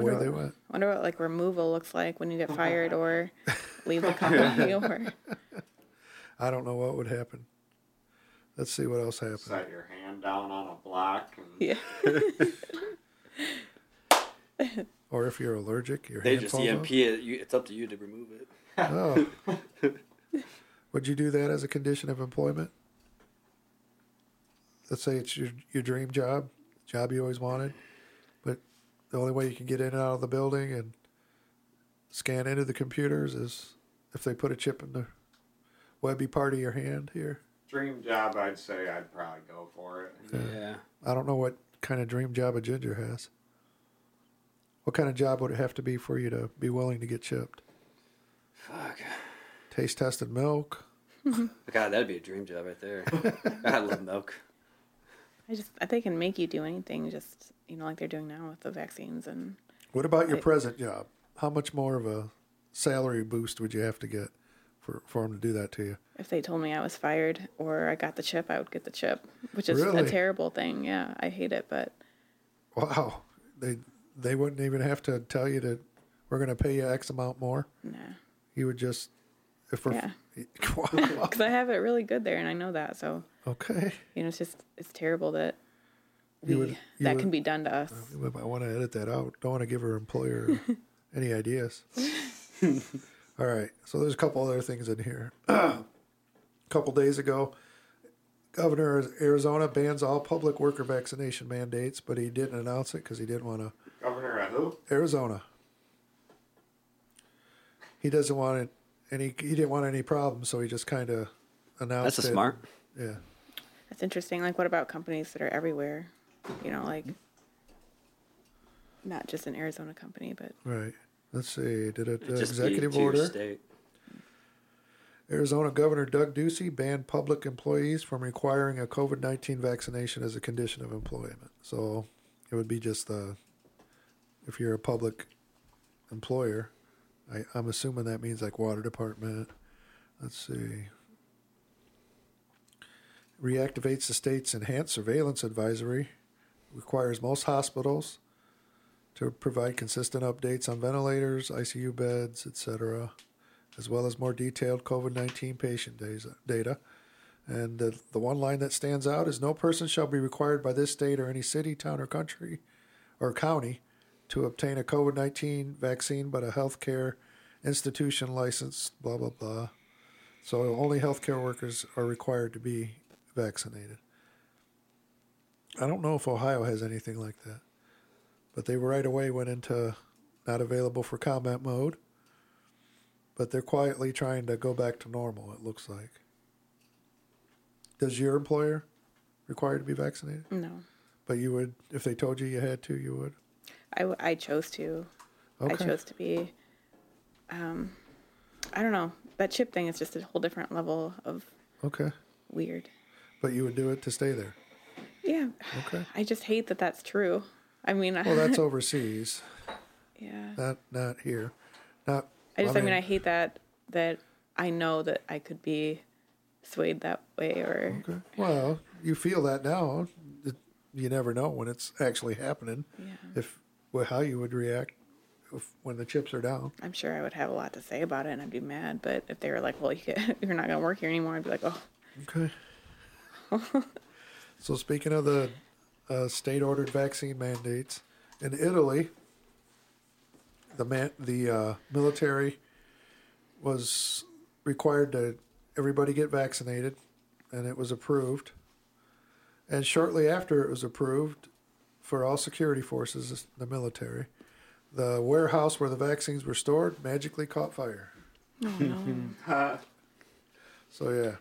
away they went.
Wonder what like removal looks like when
[laughs]
you get fired or leave the company or [laughs]
I don't know what would happen. Let's see what else happened.
Set your hand down on a block. And
yeah.
Or if you're allergic, your
they
hand
just E
falls
EMP
off.
it. You, it's up to you to remove it.
Oh. Would you do that as a condition of employment? Let's say it's your your dream job, job you always wanted, but the only way you can get in and out of the building and scan into the computers is if they put a chip in the webby part of your hand here?
Dream job, I'd say I'd probably go for it.
Yeah.
I don't know what kind of dream job a ginger has. What kind of job would it have to be for you to be willing to get chipped?
Fuck.
Taste tested milk?
God, that'd be a dream job right
[laughs]
there. I love milk.
I just I they can make you do anything, just you know, like they're doing now with the vaccines and
What about your
Right.
present job? How much more of a salary boost would you have to get for, for them to do that to you?
if they told me I was fired or I got the chip, I would get the chip, which is a
Really?
terrible thing. Yeah, I hate it, but
Wow. They they wouldn't even have to tell you that we're going to pay you X amount more.
nah.
You would just if we're [laughs] Wow.
Because I have it really good there and I know that. So,
okay.
you know, it's just, it's terrible that we,
You would- you
that
would-
can be done to us.
We might want to edit that out. Don't want to give her employer any ideas. All right. So there's a couple other things in here. [clears throat] a couple days ago, Governor of Arizona bans all public worker vaccination mandates, but he didn't announce it because he didn't want to
Governor of who?
Arizona. He doesn't want it, and he, he didn't want any problems, so he just kind of announced
That's a
it.
smart.
Yeah.
That's interesting. Like, what about companies that are everywhere? You know, like not just an Arizona company, but
Right. Let's see. Did it,
It'd
uh,
just be
executive
to your
order?
State.
Arizona Governor Doug Ducey banned public employees from requiring a COVID 19 vaccination as a condition of employment. So it would be just the, if you're a public employer, I, I'm assuming that means like water department. Let's see. Reactivates the state's enhanced surveillance advisory, requires most hospitals to provide consistent updates on ventilators, ICU beds, etc as well as more detailed COVID 19 patient days, data. And the, the one line that stands out is no person shall be required by this state or any city, town, or country or county to obtain a COVID 19 vaccine, but a healthcare institution license, blah, blah, blah. So only healthcare workers are required to be vaccinated. I don't know if Ohio has anything like that, but they right away went into not available for comment mode but they're quietly trying to go back to normal. It looks like. Does your employer require you to be vaccinated?
no.
But you would, if they told you you had to, you would.
I, w- I chose to. I chose to be. Um, I don't know. That chip thing is just a whole different level of
Okay.
weird.
But you would do it to stay there.
Yeah.
Okay.
I just hate that that's true. I mean,
Well,
[laughs]
that's overseas,
yeah.
not not here, not.
I just, I mean, I,
mean,
hate that that I know that I could be swayed that way or
Okay. Well, you feel that now. It- You never know when it's actually happening.
Yeah.
If well, how you would react if, when the chips are down.
I'm sure I would have a lot to say about it and I'd be mad. But if they were like, well, you can't- [laughs] you're not going to work here anymore, I'd be like, oh,
Okay. [laughs] so speaking of the uh, state-ordered vaccine mandates in Italy, the man, the uh, military was required to everybody get vaccinated, and it was approved. And shortly after it was approved, for all security forces, the military, the warehouse where the vaccines were stored magically caught fire.
oh no.
So yeah,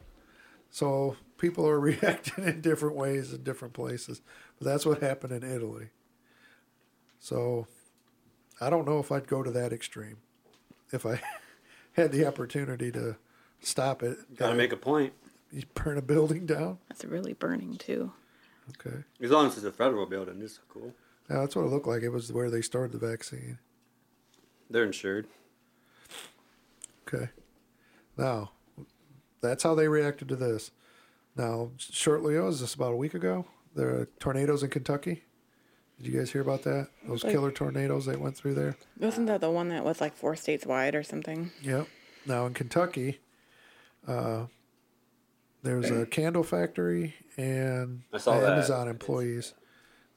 so people are [laughs] reacting in different ways in different places, but that's what happened in Italy. So I don't know if I'd go to that extreme if I [laughs] had the opportunity to stop it.
Gotta make a point.
you burn a building down.
That's really burning too.
Okay,
As long as it's a federal building, it's cool.
now that's what it looked like. It was where they stored the vaccine.
They're insured.
Okay. Now, that's how they reacted to this. Now, shortly, oh, is this about a week ago? There are tornadoes in Kentucky. Did you guys hear about that? Those
Like-
killer tornadoes that went through there?
Wasn't that the one that was like four states wide or something?
Yep. Now, in Kentucky, uh, there's a candle factory and
I saw that.
Amazon employees.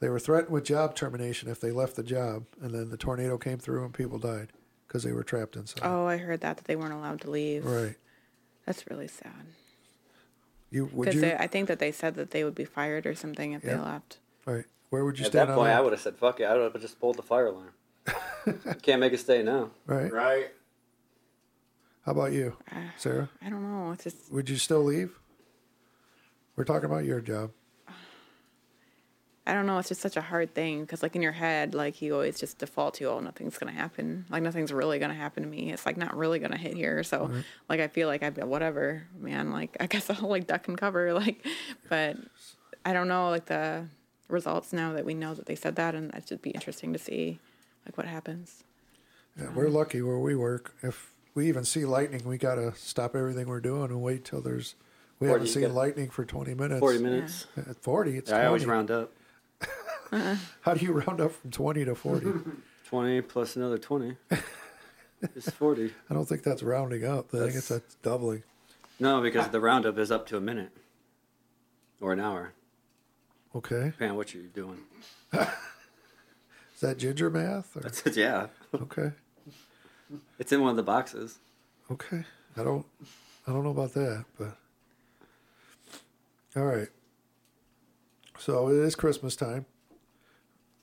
They were threatened with job termination if they left the job, and then the tornado came through and people died because they were trapped inside.
Oh, I heard that that they weren't allowed to leave.
Right.
That's really sad.
You would
Because
you
I think that they said that they would be fired or something if they
Yeah.
left.
right? Where would you
At
stand
that
on
point, I would have said, fuck it. I would have
[laughs]
just pulled the fire alarm. Can't make it stay now.
Right.
Right?
How about you,
Uh.
Sarah?
I don't know. It's just
Would you still leave? We're talking about your job.
I don't know. It's just such a hard thing because, like, in your head, like, you always just default to, oh, nothing's going to happen. Like, nothing's really going to happen to me. It's, like, not really going to hit here. So, like, I feel like I've been, whatever, man. Like, I guess [laughs] I'll, like, duck and cover. [laughs] Like, but I don't know, like, the results now that we know that they said that. And it should be interesting to see, like, what happens.
Yeah, we're lucky where we work. If we even see lightning, we gotta stop everything we're doing and wait till there's. We
40,
haven't
you
seen
got-
lightning for twenty minutes.
Forty minutes.
Uh, Forty. It's. 20.
I always round up.
How do you round up from twenty
[laughs]
to forty?
Twenty plus another
[laughs]
twenty. it's forty.
I don't think that's rounding up. I think it's that's doubling.
No, because the roundup is up to a minute or an hour,
Okay.
depending on what you're doing.
Is that ginger math? Or?
That's it. Yeah,
okay.
it's in one of the boxes.
Okay. I don't I don't know about that, but all right. So it is Christmas time.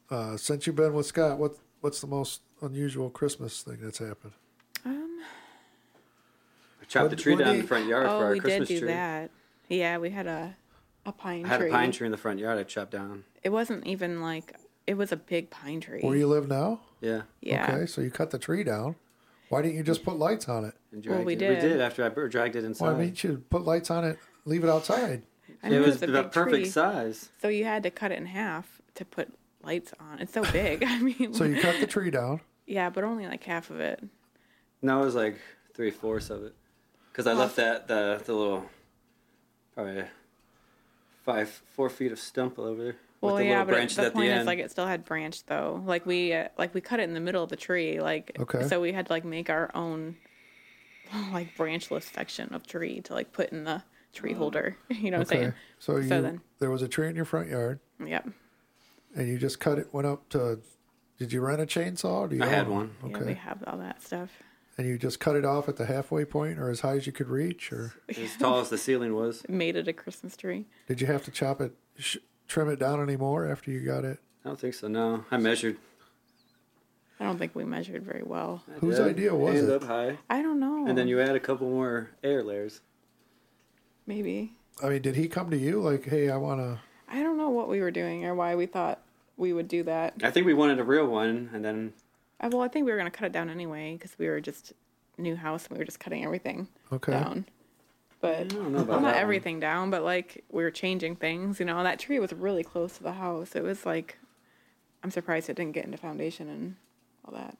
Uh, since you've been with Scott, what what's the most unusual Christmas thing that's happened?
Um,
I chopped
What-
a tree
what
down
do
in
you-
the front yard for
oh,
our
we
Christmas
did do
tree.
that. Yeah, we had a, a pine
I had
tree.
a pine tree in the front yard. I chopped down.
It wasn't even like, it was a big pine tree.
Where you live now?
Yeah.
yeah.
Okay, so you cut the tree down. Why didn't you just put lights on it?
And
Well,
dragged
we
it.
did.
We did after I bur- dragged it inside.
Why didn't you put lights on it? Leave it outside.
I
it
mean,
was
a
the
big
perfect
tree.
size.
So you had to cut it in half to put lights on. It's so big. [laughs] I mean,
So you cut the tree down.
yeah, but only like half of it.
No, it was like three fourths of it, because I left that the the little probably five four feet of stump over there
Well,
with the
yeah,
little
but it,
branches
the
at the
point
end.
is, like, it still had branch though. Like we, uh, like we cut it in the middle of the tree. Like,
Okay.
so we had to like make our own, [laughs] like branchless section of tree to like put in the
Oh.
tree holder. [laughs] You know what
Okay.
I'm
So you
So then-
there was a tree in your front yard
saying? Yep.
and you just cut it went up to did you rent a chainsaw or do you
I had
own
[laughs]
one.
Okay.
Yeah, we have all that stuff.
and you just cut it off at the halfway point or as high as you could reach or
as tall as the ceiling was.
Made it a Christmas tree.
did you have to chop it sh- trim it down anymore after you got it
I don't think so. No, I measured.
I don't think we measured very well.
I
Whose
did.
idea was
Hand
it?
up high,
I don't know.
and then you add a couple more air layers.
maybe
i mean did he come to you like hey i want to
I don't know what we were doing or why we thought we would do that.
I think we wanted a real one, and then
Uh, Well, I think we were going to cut it down anyway because we were just new house and we were just cutting everything
Okay.
down. But
I don't know about
well, not
that
everything down, but like we were changing things. You know, that tree was really close to the house. It was like, I'm surprised it didn't get into foundation and all that.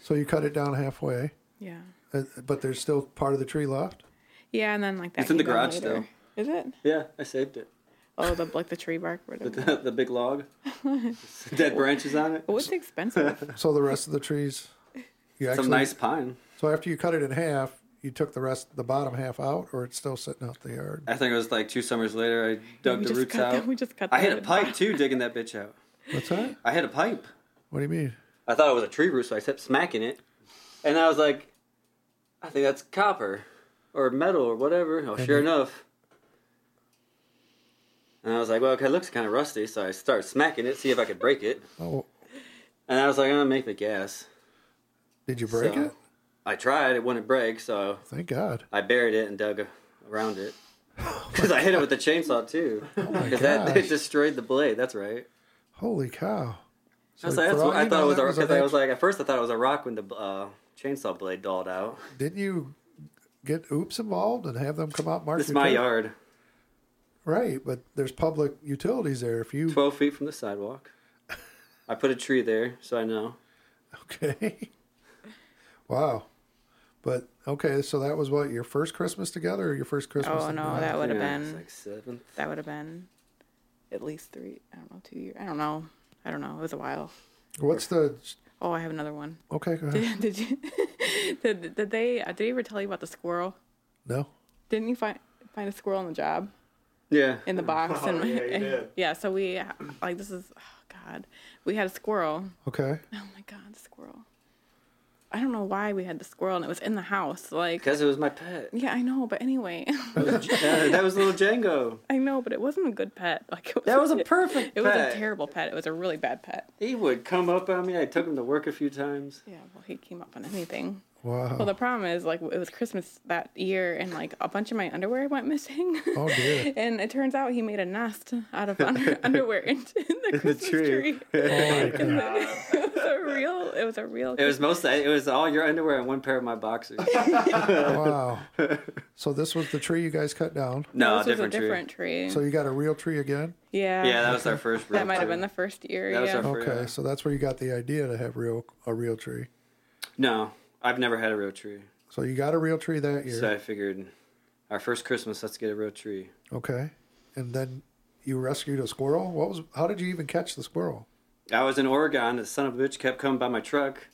so you cut it down halfway
Yeah.
uh, but there's still part of the tree left
Yeah, and then like that.
It's in
came
the
down
garage
later. Is it?
One. Yeah, I saved it.
Oh, the like the tree bark. or Whatever.
The, the big
[laughs]
log, dead branches on it. [laughs]
What's expensive?
so the rest of the trees you actually
Some nice pine.
so after you cut it in half you took the rest the bottom half out or it's still sitting out the yard
I think it was like two summers later. I dug
we
the
just
roots
cut
out.
the- we just cut
I hit
the-
a pipe too, digging that bitch out.
what's that
I hit a pipe.
what do you mean
I thought it was a tree root, so I kept smacking it, and I was like, I think that's copper or metal or whatever. Oh, sure
Mm-hmm.
enough. And I was like, well, okay, it looks kind of rusty, so I started smacking it, see if I could break it.
oh
And I was like, I'm gonna make the gas.
did you break
So,
it
I tried, it wouldn't break, so
thank god
I buried it and dug around
[laughs]
it. Because I hit it with the chainsaw too.
Oh my
Because that
gosh.
it [laughs] destroyed the blade. That's right.
holy cow
I was
So
like, that's
for all
what I
you
thought
know,
it was.
that
A,
was a
cause I
nat-
was like, at first I thought it was a rock when the uh, chainsaw blade dolled out.
Didn't you get oops involved and have them come out and mark
It's
your
my
turf?
yard,
Right, but there's public utilities there. If you
twelve feet from the sidewalk. I put a tree there, so I know.
[laughs] okay, wow. But okay, so that was what your first Christmas together, or your first Christmas?
oh
in
no,
Ohio?
that would have
Yeah,
been
it's like seven.
that would have been at least three i don't know two years i don't know i don't know it was a while
What's the
oh i have another one [laughs]
okay? Go ahead.
did you [laughs] did, did they uh, did he ever tell you about the squirrel
No,
didn't you find find a squirrel on the job
Yeah,
[laughs]
in the box and [laughs]
Oh, yeah, you did.
yeah so we like this is oh god we had a squirrel
okay.
oh my god the squirrel i don't know why we had the squirrel and it was in the house like
because it was my
[laughs]
pet.
yeah i know but anyway [laughs]
Yeah, that was little Django.
i know but it wasn't a good pet like [laughs] it was,
That was a perfect.
it was a
pet.
terrible pet it was a really bad pet
He would come up on me. I took him to work a few times.
Yeah, well, he came up on anything.
Wow.
Well, the problem is, like, it was Christmas that year, and like a bunch of my underwear went missing.
Oh, dear.
[laughs] and it turns out he made a nest
[laughs]
out of under- underwear in, in the Christmas tree. [laughs]
Oh, my God.
it was a real. It was a real.
It was mostly it was all your underwear and one pair of my
[laughs]
boxers.
Wow. So this was the tree you guys cut down.
No,
this
different,
was a different
tree.
tree.
So you got a real tree again?
yeah.
Yeah, that was our first.
that might have been the first year.
That was
yeah.
our fir-
Okay,
Yeah.
so that's where you got the idea to have real a real tree.
No, I've never had a real tree,
So you got a real tree that year.
so I figured our first Christmas, let's get a real tree.
Okay. And then you rescued a squirrel? What was how did you even catch the squirrel?
I was in Oregon. The son of a bitch kept coming by my truck,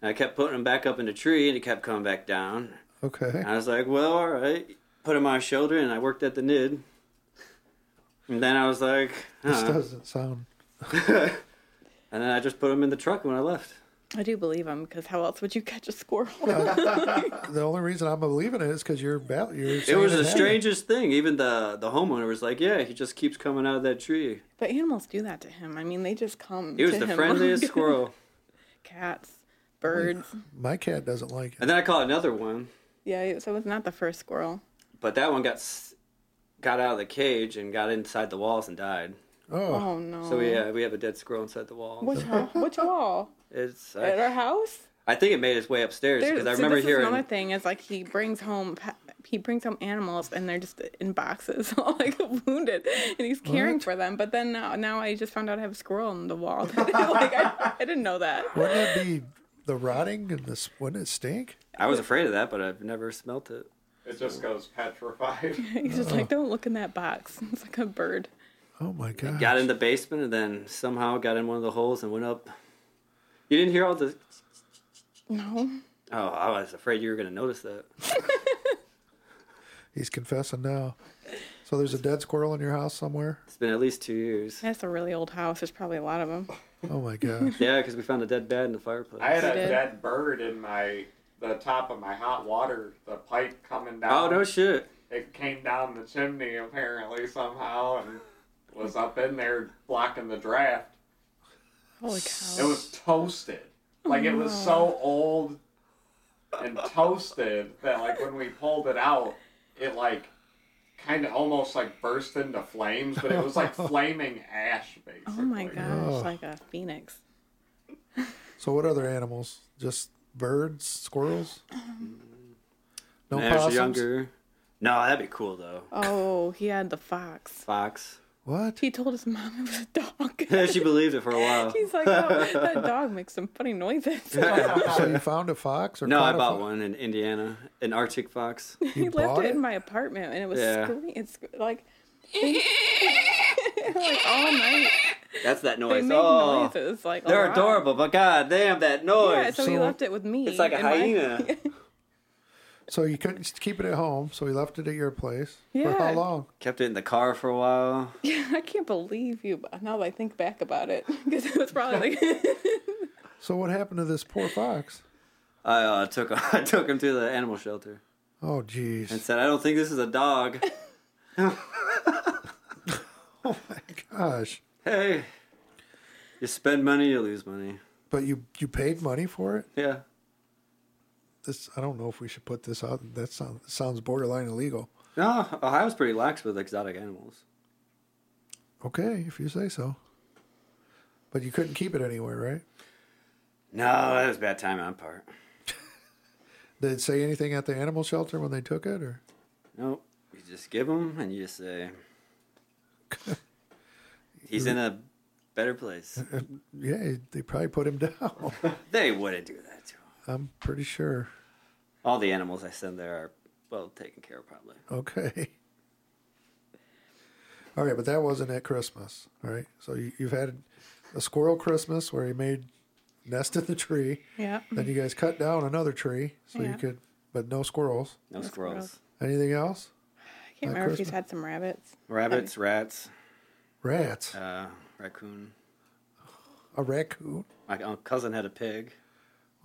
and I kept putting him back up in the tree, and he kept coming back down.
Okay.
And I was like, [laughs] well, all right. Put him on his shoulder, and I worked at the NID. And then I was like,
[laughs] This
huh.
doesn't sound
[laughs] and then I just put him in the truck when I left.
I do believe him because how else would you catch
[laughs]
a squirrel?
the only reason I'm believing it is because you're about you're
It
saying
was the
happened.
strangest thing. Even the the homeowner was like, "Yeah, he just keeps coming out of that tree."
but animals do that to him. I mean, they just come.
He was
to
the
him. [laughs]
friendliest squirrel.
Cats, birds.
My cat doesn't like it.
And then I caught another one,
Yeah. So it was not the first squirrel.
but that one got s- got out of the cage and got inside the walls and died.
Oh,
Oh no.
So we uh, we have a dead squirrel inside the wall.
[laughs] Which hall? Which wall?
It's
At
I,
our house?
I think it made its way upstairs
There-
because I
so
remember
this is
hearing.
another thing is like he brings home pa- he brings home animals and they're just in boxes [laughs] all like wounded and he's caring
What?
for them. But then now now I just found out I have a squirrel in the wall. [laughs] like I, I didn't know that.
wouldn't that be the rotting and this wouldn't it stink?
I was afraid of that, but I've never smelt it.
It just goes petrified.
He's just like don't look in that box. [laughs] It's like a bird.
Oh my god.
Got in the basement and then somehow got in one of the holes and went up. You didn't hear all the.
No.
Oh, I was afraid you were going to notice that.
He's confessing now. So there's a dead squirrel in your house somewhere?
It's been at least two years.
That's a really old house. There's probably a lot of them.
Oh my gosh.
Yeah, because we found a dead bat in the fireplace.
I had
You
a
did?
dead bird in my the top of my hot water, the pipe coming
Oh
down.
no shit!
it came down the chimney apparently somehow and was up in there blocking the draft.
Holy
It
cow.
was toasted. Like it was
Oh.
so old and toasted that like when we pulled it out, it like kind of almost like burst into flames, but it was
[laughs]
like flaming ash basically.
Oh my
Oh.
gosh, like a phoenix.
So what other animals? Just birds, squirrels? No
Mm. when I was
possums.
younger. No, that'd be cool though.
Oh, he had the fox.
Fox. [laughs]
What?
He told his mom it was a dog. [laughs]
she believed it for a while.
He's like, oh,
[laughs]
that dog makes some funny noises.
so you found a fox or
No, I
caught a
bought
fo-
one in Indiana, an Arctic fox.
he left
bought
it, in
it?
my apartment, and it was
Yeah.
screaming. It's like, [laughs] like all night.
That's that
[laughs] They
noise.
make
oh,
noises like
they're
around.
adorable, but god damn that
Yeah,
noise!
so, he
So-
left it with me.
it's like a
in my- [laughs]
hyena.
So you couldn't keep it at home, so you left it at your place. For
Yeah.
how long?
Kept it in the car for a while.
I can't believe you. but Now that I think back about it, [laughs] because it was probably like [laughs]
So what happened to this poor fox?
I uh, took [laughs] I took him to the animal shelter
Oh
and
jeez.
said, "I don't think this is a
[laughs]
dog."
Gosh.
hey, you spend money, you lose money.
But you you paid money for it?
Yeah,
This I don't know if we should put this out. That sound, sounds borderline illegal.
no, Ohio's pretty lax with exotic animals.
Okay, if you say so. But you couldn't keep it anywhere, right?
No, that was bad timing on part.
Did it say anything at the animal shelter when they took it or
Nope. You just give him and you just say, he's in a better place.
Uh, yeah, they probably put him [laughs] down.
They wouldn't do that to him.
I'm pretty sure.
All the animals I send there are well taken care of, probably.
Okay. [laughs] All right, but that wasn't at Christmas, all right? So you, you've had a squirrel Christmas where he made nest in the tree.
yeah.
Then you guys cut down another tree so you
Yeah.
could, but no squirrels.
No squirrels.
gross.
Anything else?
I can't remember if he's had some rabbits.
Rabbits, rats,
Rats.
uh, raccoon.
A raccoon.
My un- cousin had a pig.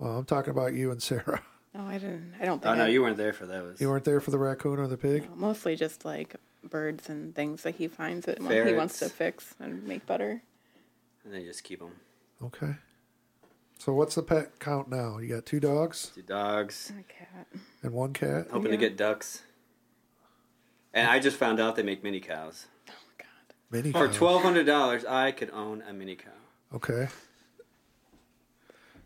Well, I'm talking about you and Sarah. [laughs]
No, I didn't. I don't think.
Oh, no,
I-
you weren't there for those.
You weren't there for the raccoon or the pig.
Mostly just like birds and things that he finds that he wants to
Ferrets.
fix and make better.
And they just keep them.
Okay. So what's the pet count now? You got two dogs
Two dogs.
A cat.
and one cat.
Hoping to
Yeah.
get ducks. And I just found out they make mini cows.
Oh my god.
Mini
For
Oh.
cows.
twelve hundred dollars, I could own a mini cow.
Okay.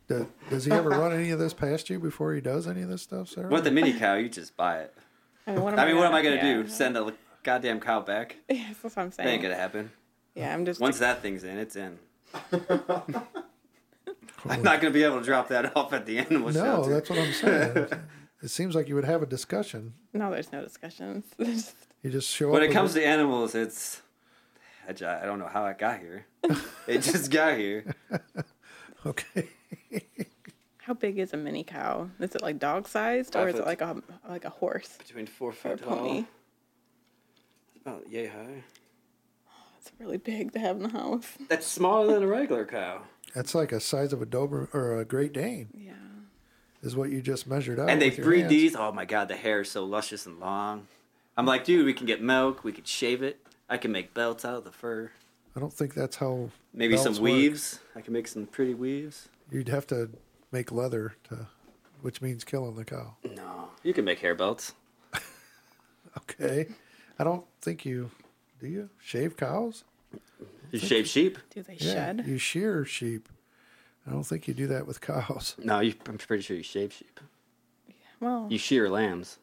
Does, does he ever run any of this past you before he does any of this stuff, Sarah?
Want the mini cow? You just buy it.
I mean, what am
I mean, what am I gonna
yeah.
do? Send a goddamn cow back?
[laughs] Yes, that's what I'm
That ain't
saying.
gonna happen.
Yeah, I'm just.
Once that thing's in, it's
[laughs]
in. I'm not gonna be able to drop that off at the animal
no,
shelter.
that's what I'm saying. it seems like you would have a discussion.
No, there's no discussions. [laughs] Just-
You just show
When
up.
it
with
comes to animals, it's I ju- I don't know how it got
[laughs]
here. it just got here.
a- [laughs] okay.
How big is a mini cow? Is it like dog sized or
Five
is it
foot.
like a like a horse
Between four
or a
foot
pony?
tall, about yay high.
It's really big to have in the house. [laughs]
That's smaller than a regular cow.
That's like a size of a Dober or a Great Dane
Yeah.
is what you just measured out.
and they
with your
breed
hands.
these. Oh my god, the hair is so luscious and long. I'm like, dude, we can get milk. We could shave it. I can make belts out of the fur.
I don't think that's how.
Maybe
belts
some
work.
weaves. I can make some pretty weaves.
You'd have to make leather to, which means killing the cow. [laughs]
No, you can make hair belts.
Okay. I don't think you. Do you shave cows?
You shave sheep?
Do they
Yeah,
shed?
You shear sheep. I don't think you do that with cows. [laughs]
No, you, I'm pretty sure you shave sheep.
Well,
You shear lambs.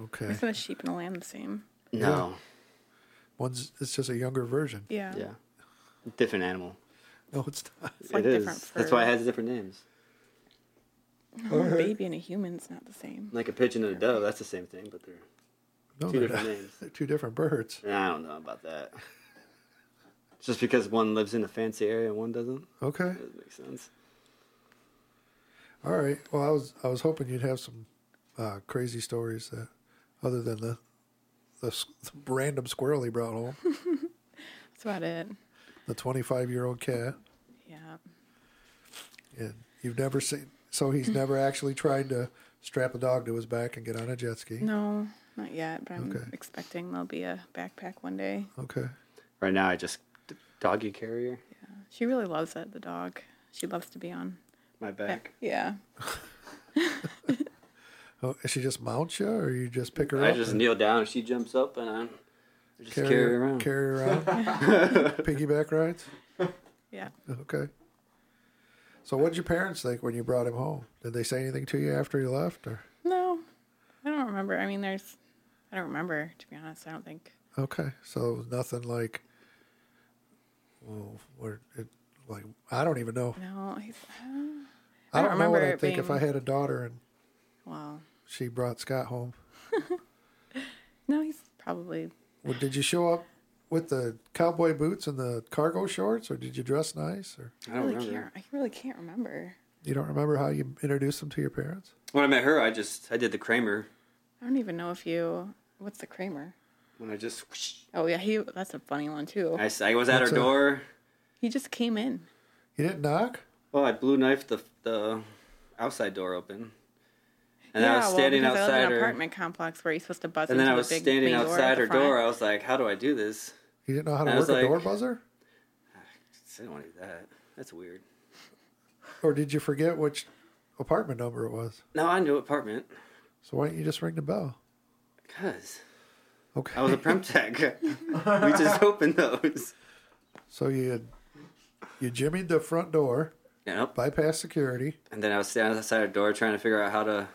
Okay.
isn't a sheep and a lamb the same?
No,
One's it's just a younger version.
Yeah.
yeah, different animal.
No, it's not.
It's like
it
different
is. That's why it
fur.
has different names.
No,
[laughs]
a baby and a human's not the same.
Like a pigeon and a dove. That's the same thing, but they're.
No,
Two
they're
different
not.
names.
They're two different birds.
I don't know about that. [laughs] Just because one lives in a fancy area and one doesn't,
Okay.
doesn't make sense.
All right. Well, I was I was hoping you'd have some uh, crazy stories that, other than the the, s- the random squirrel he brought home,
That's about it.
the 25 year old cat,
Yeah.
and you've never seen. So he's never actually tried to strap a dog to his back and get on a jet ski.
No, not yet, but I'm
Okay.
expecting there'll be a backpack one day.
Okay.
Right now, I just doggy carrier
She really loves it, the dog. She loves to be on.
my back.
Yeah.
Oh, she just mounts you, or you just pick her
I
up?
just
and
kneel down and she jumps up and I'm I just carry, her around.
Carry her
[laughs]
around. Piggyback rides.
Yeah.
Okay. So, what did your parents think when you brought him home? Did they say anything to you after he left? Or
No, I don't remember. I mean, there's, I don't remember, to be honest. I don't think.
okay, so it was nothing like, well, where it like I don't even know.
No, he's, uh,
I,
I
don't
don't
know what
remember
I
it
think if I
being-
had a daughter and
well,
she brought Scott home.
no, he's probably,
Well, did you show up with the cowboy boots and the cargo shorts, or did you dress nice? Or
I
I
don't
really
remember.
can't, I really can't remember.
you don't remember how you introduced them to your parents?
When I met her, I just I did the Kramer
I don't even know if you, what's the Kramer?
when I just whoosh.
Oh, yeah, he, that's a funny one, too.
I, s- I was at
What's
her
that?
door.
He just came in.
You didn't knock.
Well, I blue knifed the the outside door open, and I was
well,
standing
because I live
outside
in an
her.
apartment complex where you're supposed to buzz
And then
into
I was
the big
standing
main door at
outside
the
her
front.
door. I was like, "How do I do this?"
You didn't know how to
I
work
was
a door
like-
buzzer,
I don't want to do that. That's weird.
or did you forget which apartment number it was?
No, I knew apartment
So why didn't you just ring the bell?
because
Okay.
I was a prem
[laughs]
tech. we just opened those.
So you had, you jimmied the front door,
Yep.
bypassed security.
And then I was standing outside her door trying to figure out how to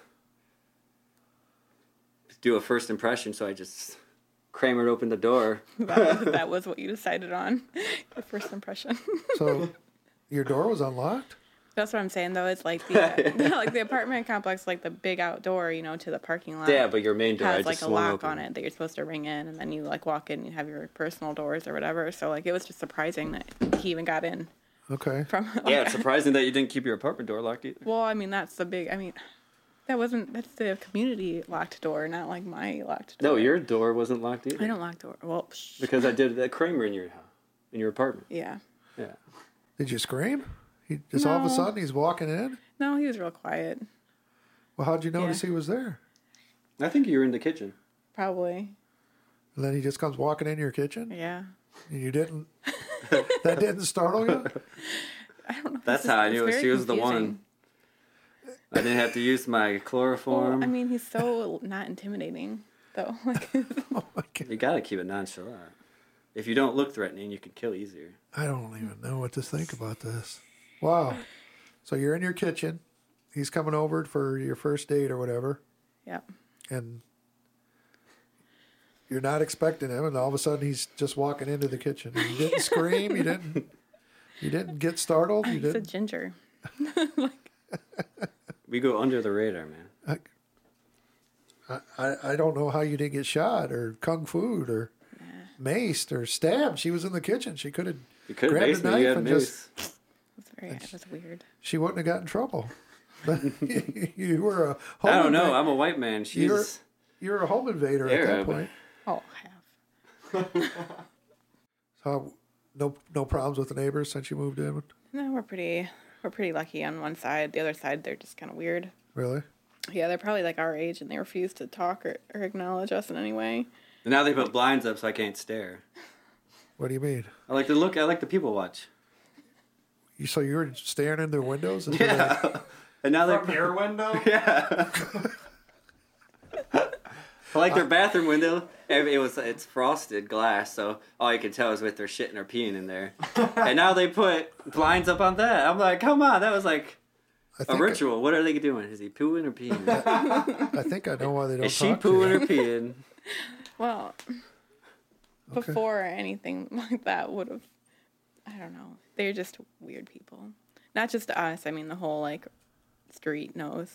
do a first impression, so I just Kramer opened the door.
[laughs] that,
[laughs]
was, that was what you decided on, your first impression. [laughs]
[laughs]
So your door was unlocked.
That's what I'm saying though. It's
[laughs]
like the like the apartment complex, like the big outdoor, you know, to the parking lot.
Yeah, but your main door I just
has like a
swung
lock
open.
on it that you're supposed to ring in, and then you like walk in, you have your personal doors or whatever. So like it was just surprising that he even got in [laughs]
Okay.
from.
Yeah, it's surprising that you didn't keep your apartment door locked e-, either.
[laughs] well, I mean that's the big. I mean, that wasn't that's the community locked door, not like my locked door.
No, your door wasn't locked either.
I don't lock door. Well, psh,
because I did that Kramer in your house, in your apartment.
yeah.
Yeah.
Did you scream? He just all of a
No.
sudden he's walking in.
No, he was real quiet.
Well, how'd you notice
Yeah.
he was there?
I think you were in the kitchen.
Probably.
And then he just comes walking into your kitchen,
[laughs] Yeah.
and you didn't. that didn't startle you.
I don't know.
That's
It's just-
how I
it's
knew it.
very
She was the
confusing.
one. I didn't have to use my chloroform.
Well, I mean, he's so [laughs] not intimidating, though. [laughs] Like,
[laughs] Oh my God.
you gotta keep it nonchalant. If you don't look threatening, you can kill easier.
I don't even know what to think about this. Wow. So you're in your kitchen. He's coming over for your first date or whatever,
yeah.
and you're not expecting him, and all of a sudden he's just walking into the kitchen. You didn't scream. You didn't. You didn't get startled. You
He's a
didn't.
ginger.
We go under the radar, man.
I, I I don't know how you didn't get shot or kung fu or maced or stabbed. She was in the kitchen. She could have.
You could
Grabbed a
base me. You
knife
had
and
moose.
It's very. It was weird.
She wouldn't have got in trouble. [laughs] But you were a home
I don't know.
inva-
I'm a white man. She's
You're- you were a home invader at that
Arab.
point.
Oh, I have.
So no no problems with the neighbors since you moved in.
No, we're pretty. We're pretty lucky on one side. The other side, they're just kind of weird.
Really?
Yeah, they're probably like our age, and they refuse to talk or, or acknowledge us in any way.
And now they put blinds up so I can't stare.
What do you mean?
I like to look. I like the people watch.
You so you were staring in their
[laughs]
windows? And
Yeah. and now they
From your window?
[laughs] Yeah. I like their bathroom window. It it was it's frosted glass, so all you can tell is with their shitting or peeing in there. and now they put blinds up on that. I'm like, come on, that was like
I
a
think,
ritual. What are they doing? Is he pooing or peeing?
I think I know why they don't
is she
talk to
pooing
you.
or peeing?
Well, before anything [laughs] like that would have, I don't know. They're just weird people. Not just us. I mean, the whole like street knows.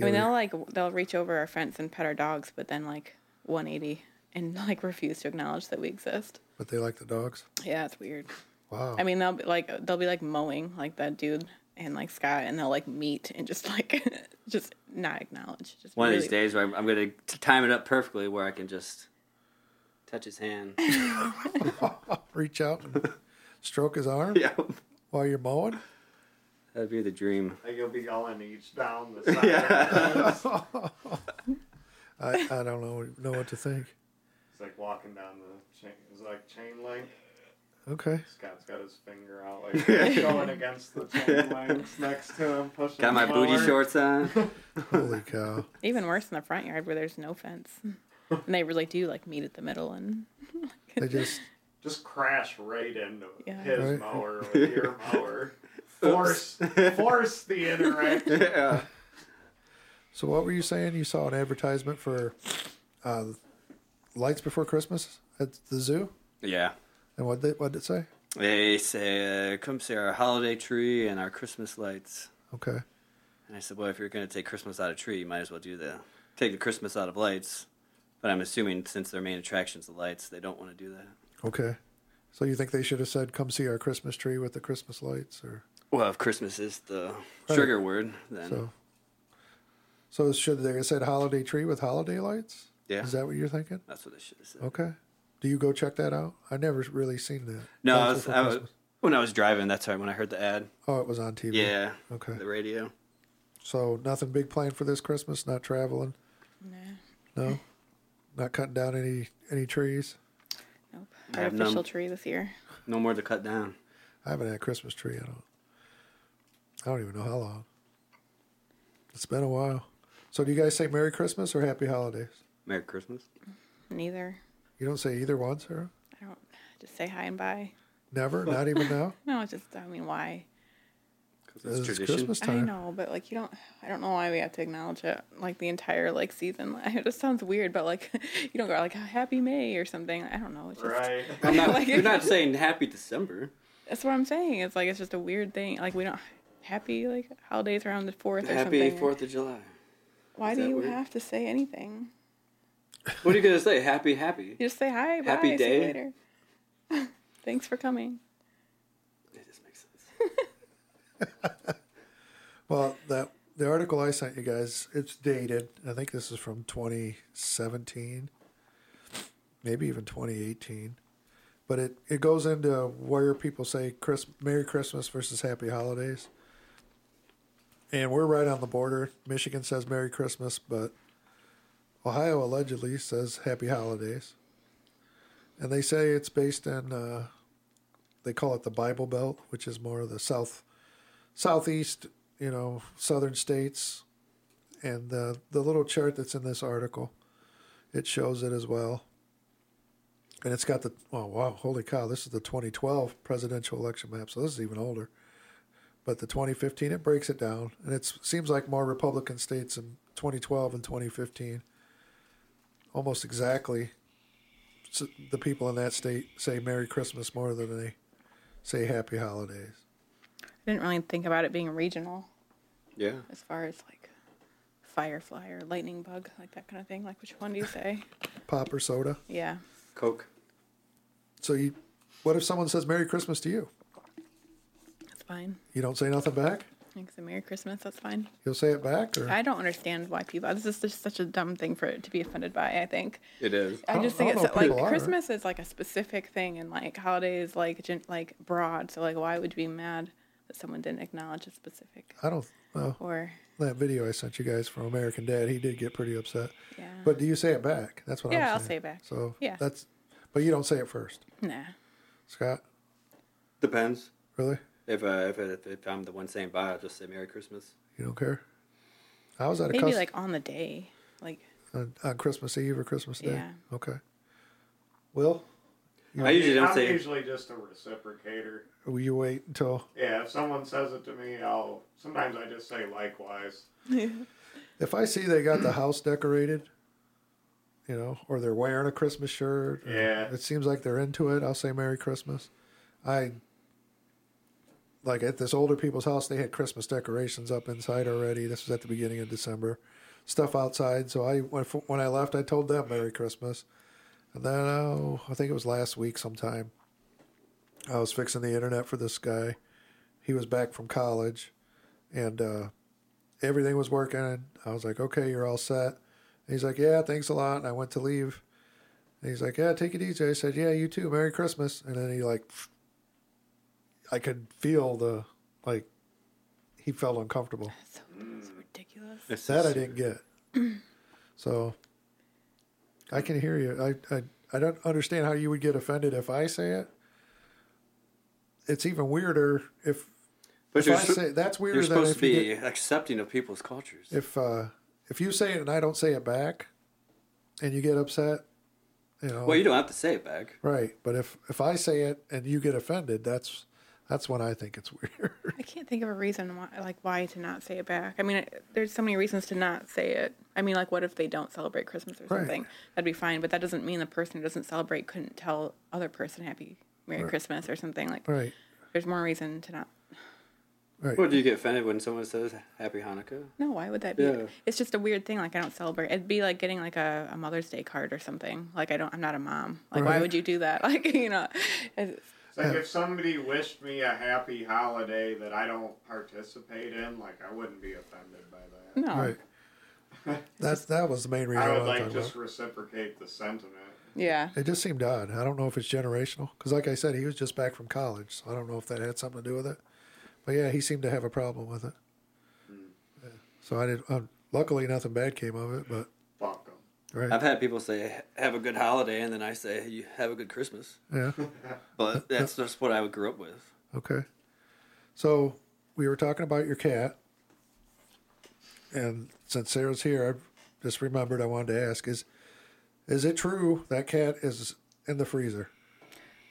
I mean,
Yeah.
they'll like they'll reach over our fence and pet our dogs, but then like 180 and [laughs] like refuse to acknowledge that we exist.
But they like the dogs.
Yeah, it's weird.
Wow.
I mean, they'll be like they'll be like mowing like that dude and like Scott, and they'll like meet and just like [laughs] just not acknowledge. Just
One of
really-
these days, where I'm, I'm gonna t- time it up perfectly where I can just touch his hand.
Reach out
[laughs]
and stroke his arm
yeah,
while you're mowing.
that'd be the dream.
Like you'll be yelling each
[laughs]
down the side.
I, I don't know know what to think.
It's like walking down the chain. It's like chain link.
Okay.
Scott's got his finger out, like going against the chain links next to him, pushing.
Got my
him
booty
forward.
shorts on.
Holy cow.
Even worse in the front yard where there's no fence. And they really do like meet at the middle and
They just
Just crash right into
Yeah.
his
Right.
mower with your mower.
[laughs]
Force, force the interaction.
yeah.
so what were you saying? You saw an advertisement for uh, lights before Christmas at the zoo?
Yeah.
And what did what did it say?
They say, uh, come see our holiday tree and our Christmas lights.
Okay.
And I said, well, if you're going to take Christmas out of tree, you might as well do the take the Christmas out of lights. But I'm assuming since their main attraction's the lights, they don't want to do that.
Okay. So you think they should have said, "Come see our Christmas tree with the Christmas lights," or
Well, if Christmas is the trigger word, then
so? So should they have said "holiday tree with holiday lights"?
Yeah.
Is that Oh. what you're thinking?
that's what I should have said.
Okay. Do you go check that out? I never really seen that.
No, I
Lights
was,
Before
I was,
Christmas.
when I was driving, that's right, when I heard the ad.
Oh, it was on TV.
Yeah.
Okay.
The radio.
So nothing big planned for this Christmas. Not traveling.
nah,
No. Not cutting down any any trees.
nope.
I have none.
Artificial tree this year.
No more to cut down.
I haven't had a Christmas tree. I don't. I don't even know how long. It's been a while. So do you guys say Merry Christmas or Happy Holidays?
Merry Christmas.
Neither.
You don't say either one, Sarah?
I don't just say hi and bye.
Never? Not even
[laughs]
now?
No, it's just I mean why?
'Cause
It's Christmas
I
time.
know, but like you don't I don't know why we have to acknowledge it like the entire like season. [laughs] It just sounds weird, but like [laughs] you don't go like happy May or something. I don't know. It's just
Right.
I'm not,
[laughs] Like-
you're not saying happy December.
that's what I'm saying. It's like it's just a weird thing. Like we don't happy like holidays around the fourth or
Happy
something.
4th of July.
Why
Is
do
that
you
weird?
have to say anything?
What are you going to say? Happy, happy.
You just say hi, bye,
Happy
see
day.
you later. [laughs] Thanks for coming.
It just makes sense.
Well, that the article I sent you guys, it's dated. I think this is from 2017, maybe even 2018. But it, it goes into where people say Chris, Merry Christmas versus Happy Holidays. And we're right on the border. Michigan says Merry Christmas, but Ohio allegedly says Happy Holidays. And they say it's based in uh, they call it the Bible Belt, which is more of the south, southeast, you know, southern states. And the the little chart that's in this article, it shows it as well. And it's got the oh wow, holy cow! This is the 2012 presidential election map, so this is even older. But the 2015, it breaks it down, and it seems like more Republican states in 2012 and 2015. Almost exactly s- the people in that state say Merry Christmas more than they say Happy Holidays.
I didn't really think about it being regional
Yeah.
as far as like firefly or lightning bug, like that kind of thing. Like, which one do you say? [laughs]
Pop or soda.
Yeah.
Coke.
So, you, what if someone says Merry Christmas to you?
That's fine.
You don't say nothing back.
Thanks. A Merry Christmas. That's fine.
You'll say it back, or
I don't understand why people. This is just such a dumb thing for it to be offended by. I think.
It is.
I
don't-
just
I
think
don't
it's
know if
like
people are.
Christmas is like a specific thing, and like holidays like gen- like broad. So like, why would you be mad that someone didn't acknowledge a specific
I don't. Well,
or
that video I sent you guys from American Dad, he did get pretty upset.
yeah?
But do you say it back? That's what I'm saying.
Yeah, I'll say it back.
So
Yeah.
that's, but you don't say it first,
nah,
Scott.
Depends.
Really,
If, uh, if if if I'm the one saying bye, I'll just say Merry Christmas.
you don't care. I was at a
maybe
cus-
like on the day, like
on, on Christmas Eve or Christmas Day.
Yeah.
Okay. Will,
[laughs] I usually don't
I'm
say.
usually just a reciprocator.
will you wait until
Yeah, if someone says it to me, I'll. Sometimes I just say likewise.
if I see they got the house decorated, you know, or they're wearing a Christmas shirt. or
Yeah.
It seems like they're into it. I'll say Merry Christmas. I like at this older people's house, they had Christmas decorations up inside already. This was at the beginning of December. Stuff outside. So I when when I left, I told them Merry Christmas. And then oh, I think it was last week sometime. I was fixing the internet for this guy. He was back from college, and uh, everything was working. And I was like, okay, you're all set. And he's like, yeah, thanks a lot. And I went to leave. And he's like, yeah, take it easy. I said, yeah, you too. Merry Christmas. And then he like, I could feel the, like, he felt uncomfortable.
so, so ridiculous.
[laughs] It's
That I
just-
didn't get. so I can hear you. I, I I don't understand how you would get offended if I say it. It's even weirder if,
But
if
you're,
I
su-
say that's weirder
you're
than
supposed
if
to
you
be
get-
accepting of people's cultures.
if uh, if you say it and I don't say it back, and you get upset, you know.
well, you don't have to say it back.
Right, but if if I say it and you get offended, that's that's when I think it's [laughs] weird.
I can't think of a reason why, like, why to not say it back. I mean, it, there's so many reasons to not say it. I mean, like, what if they don't celebrate Christmas or
Right.
something? That'd be fine, but that doesn't mean the person who doesn't celebrate couldn't tell other person Happy Merry Christmas or something. Like,
right,
there's more reason to not.
right.
Well, do you get offended when someone says Happy Hanukkah?
No, why would that be?
Yeah.
It's just a weird thing. Like, I don't celebrate. It'd be like getting like a, a Mother's Day card or something. Like, I don't. I'm not a mom. Like, why
Right.
would you do that? [laughs] Like, you know, it's,
It's like if somebody wished me a happy holiday that I don't participate in, like I wouldn't be offended by that.
no.
right. That's that was the main reason.
I would
was
like
talking
just
about.
reciprocate the sentiment.
Yeah.
It just seemed odd. I don't know if it's generational because, like I said, he was just back from college, so I don't know if that had something to do with it. But yeah, he seemed to have a problem with it. Yeah. So I did. Um, luckily, nothing bad came of it. But
Fuck 'em.
right,
I've had people say Have a good holiday, and then I say you Have a good Christmas.
yeah,
But that's just what I grew up with.
okay. So we were talking about your cat, and since Sarah's here, I just remembered I wanted to ask: is is it true that cat is in the freezer?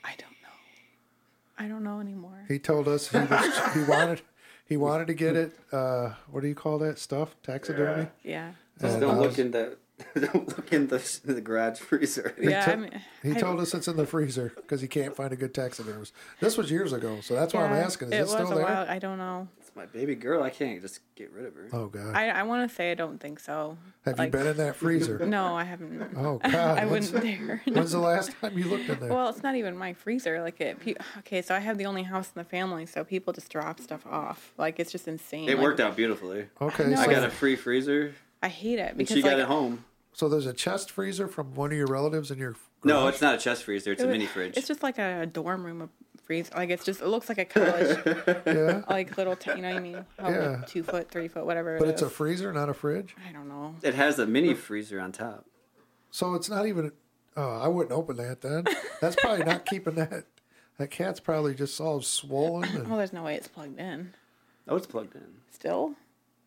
I don't know. I don't know anymore.
He told us he, was, he wanted he wanted to get it. Uh, what do you call that stuff? Taxidermy.
Yeah.
Just
And
don't
I
look
was-
in the [laughs] don't look in the, the garage freezer.
Yeah. I
to-
mean,
He
I-
told us it's in the freezer because he can't find a good taxidermist. This was years ago, so that's why I'm
Yeah,
asking. Is it, still
was a
there?
while. I don't know.
It's my baby girl. I can't just get rid of her.
Oh god,
I, I want to say I don't think so.
have
like-
you been in that freezer?
[laughs] No, I haven't.
Oh god,
I
when's,
wouldn't dare. No.
when's the last time you looked in there?
[laughs] Well, it's not even my freezer. Like it. Pe- okay, so I have the only house in the family, so people just drop stuff off. Like it's just insane.
It
Like,
worked out beautifully.
okay,
no.
so,
I got a free freezer,
I hate it
and
because
she got
like,
it home.
so there's a chest freezer from one of your relatives in your.
No,
garage?
it's not a chest freezer. It's
it
a
was-
mini fridge.
It's just like a dorm room of freezer. Like it's just it looks like
[laughs]
a college,
yeah,
like little. T- you know what I mean? How, like,
Yeah.
two foot, three foot, whatever.
but
it
it's a
is.
freezer, not a fridge.
I don't know.
It has a mini freezer on top. [laughs]
So it's not even. Oh, I wouldn't open that then. That's probably not keeping that. That cat's probably just all swollen.
[laughs]
Well,
And
Oh, there's no way it's plugged in.
Oh, it's plugged in.
Still,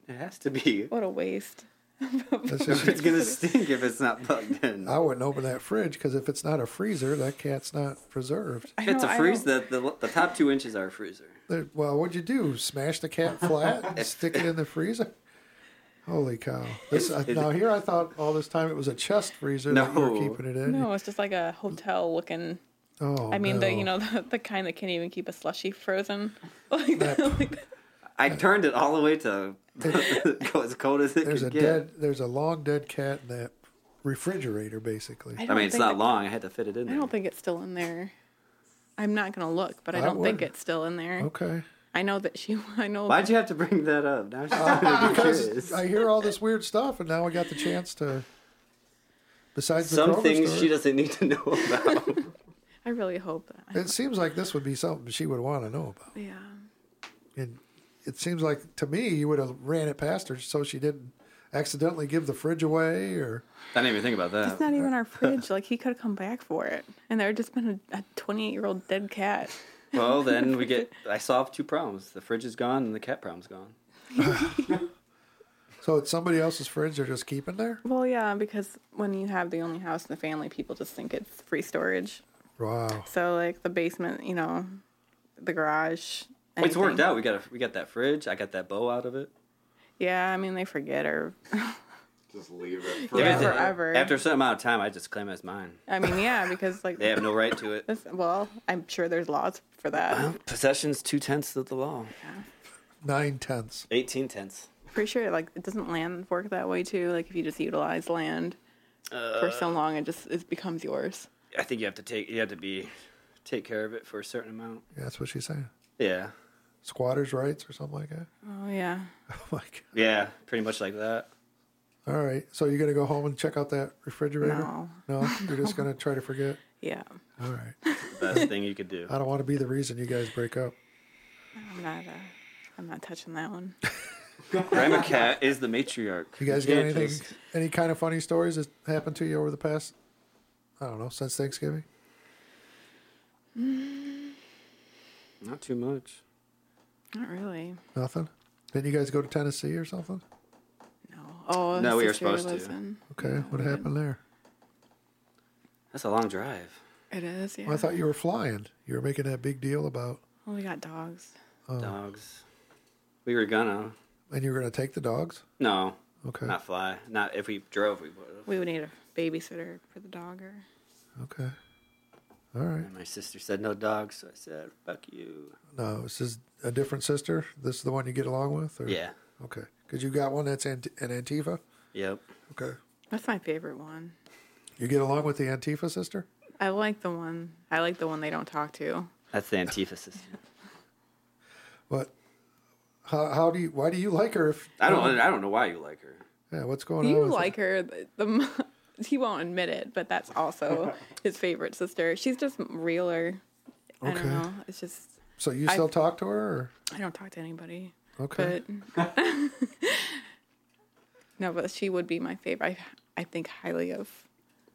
It has to be.
what a waste.
that's
If [laughs]
just,
it's
[laughs]
gonna stink if it's not plugged in.
I wouldn't open that fridge because if it's not a freezer, that cat's not preserved.
I
It's
know,
a
I
freeze.
don't-
The, the the top two inches are a freezer.
There- Well, what'd you do? Smash the cat flat
[laughs]
and stick it in the freezer? Holy cow! This, I, now here I thought all this time it was a chest freezer that you were
No.
keeping it in.
No, it's just like a hotel looking.
Oh,
I mean, the you
no.
know the, the kind that can't even keep a slushy frozen. [laughs] Like,
That-
like [laughs]
I turned it all the way to [laughs] go as cold as it
there's
could
a
get.
dead, there's a long dead cat in that refrigerator, basically.
[laughs]
I,
I
don't
mean, it's
think
not
it-
long. I had to fit it in.
I
There.
don't think it's still in there. I'm not gonna look, but I
I
don't think
wouldn't.
it's still in there.
Okay.
I know that she. [laughs] I know.
Oh. Why'd you have to bring that up?
[laughs]
Now she's starting
[laughs]
to be
Because
curious.
I hear all this weird stuff, and now I got the chance to. Besides the
Some
Kroger
things
store,
she doesn't need
[laughs]
to know about.
I really hope that.
It seems like this would be something she would want to know about,
yeah.
and it seems like to me you would have ran it past her so she didn't accidentally give the fridge away or.
I didn't even think about that.
It's not even our fridge. Like he could have come back for it, and there had just been a 28 year old dead cat.
Well, then we
[laughs]
get. I solved two problems. The fridge is gone, and the cat problem's gone.
So it's somebody else's fridge they're just keeping there?
Well, yeah, because when you have the only house in the family, people just think it's free storage.
Wow.
So like the basement, you know, the garage.
It's worked
anything.
out. We got a, we got that fridge. I got that bow out of it.
Yeah, I mean they forget or
Just leave it.
Yeah,
forever.
forever.
After a certain amount of time, I just claim it as mine.
I mean yeah because like
They have no right to
[laughs]
it.
this, well I'm sure there's laws for that.
Possession's two tenths of the law.
Nine tenths.
Eighteen tenths.
Pretty sure like it doesn't land work that way too. Like if you just utilize land for
Uh.
so long, it just it becomes yours.
I think you have to take. You have to be take care of it for a certain amount.
Yeah, that's what she's saying.
Yeah.
Squatters' rights or something like that. [laughs]
Oh yeah,
Oh my god.
Yeah. Pretty much like that.
All right. So you're gonna go home and check out that
Mm-hmm.
refrigerator?
No.
No? You're just gonna try to
[laughs]
forget?
Oh, yeah.
All right.
The [laughs] best thing you could do.
I don't want to be the reason you guys break up.
I'm not. Uh, I'm not touching that one.
Grandma Cat is the matriarch.
You guys
You
got
can't
anything
just-
any kind of funny stories that happened to you over the past I don't know, since Thanksgiving?
Not too much.
Not really.
Nothing? Didn't you guys go to Tennessee or something?
No. Oh
No, we were
sister
supposed to.
lives in-
Okay. What happened there?
That's a long drive.
It is. Yeah.
Well, I thought you were flying. You were making that big deal about
well, we got dogs.
Oh.
Dogs. We were gonna.
and you were gonna take the dogs?
No.
Okay.
Not fly. Not if we drove, we would have.
We would need a babysitter for the dog or.
Okay. All right.
And my sister said no dogs, so I said fuck you.
No, this is a different sister. This is the one you get along with? Or?
Yeah.
Okay. Because you got one that's Ant- an Antifa?
Yep.
Okay.
That's my favorite one.
You get along with the Antifa sister?
I like the one. I like the one they don't talk to.
That's the Antifa
[laughs]
sister.
What? How, how do you, why do you like her if,
I don't. I don't know why you like her.
yeah, what's going on?
You
with
like her. The, the mo- [laughs] he won't admit it, but that's also
[laughs]
his favorite sister. She's just realer. I
Okay.
don't know. It's just
So you
I-
still talk to her?
I don't talk to anybody.
Or? Okay.
But [laughs] no, but she would be my favorite. I, I think highly of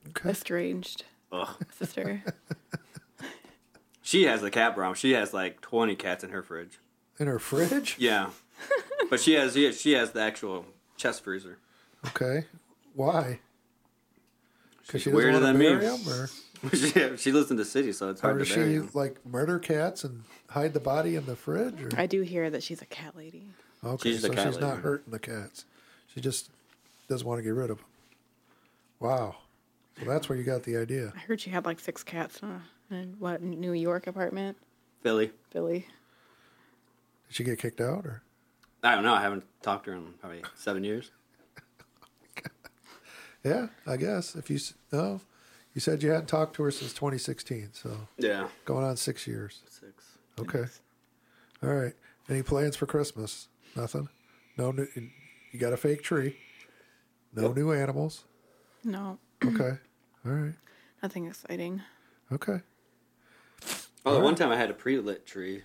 okay.
estranged
Ugh.
sister.
She has the cat problem. She has like twenty cats in her fridge.
In her fridge?
[laughs] Yeah. but she has. Yeah, she has the actual chest freezer. [laughs]
Okay. Why?
She's
Because she doesn't
weirder
want to
than me.
bury them?
she,
Or,
she lives in the city, so it's hard
or does
to
she,
bury. them.
like, murder cats and hide the body in the fridge? Or?
I do hear that she's a cat lady.
Okay,
She's the
so
cat
she's not
lady.
hurting the cats. She just doesn't want to get rid of them. Wow. So that's where you got the idea.
I heard she had like six cats in, a, in what New York apartment.
Philly.
Billy.
Did she get kicked out or?
I don't know. I haven't talked to her in probably seven years.
Yeah, I guess if you s- no, you said you hadn't talked to her since 2016, so
Yeah.
going on six years.
Six.
Okay. All right. Any plans for Christmas? Nothing. No. New, you got a fake tree. No new animals.
No,
Okay. All right.
nothing exciting.
Okay.
Oh, the one time I had a pre-lit tree,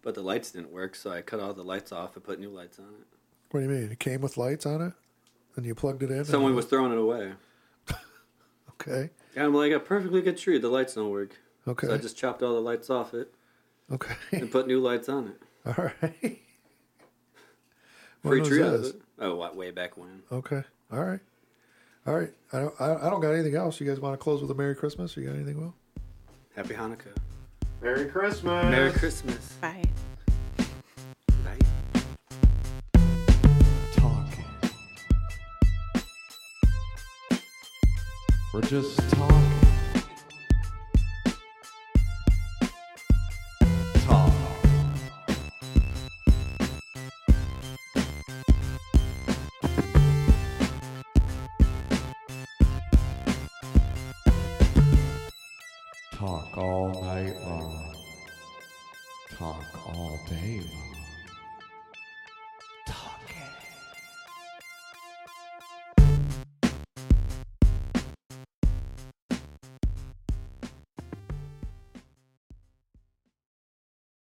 but the lights didn't work, so I cut all the lights off and put new lights on it.
What do you mean? It came with lights on it, and you plugged it in. and-
Someone was throwing it away.
okay.
And I'm like, a perfectly good tree. The lights don't work.
Okay.
So I just chopped all the lights off it
okay. [laughs]
and put new lights on it.
All right. When
Free
was
tree out of
this?
it. Oh, wa- way back when.
Okay. All right. All right. I don't, I I don't got anything else. You guys want to close with a Merry Christmas? You got anything, Will?
Happy Hanukkah.
Merry Christmas.
Merry Christmas.
Bye.
Bye.
talking. We're just talking. Talk. Talk all night long. Talk all day long.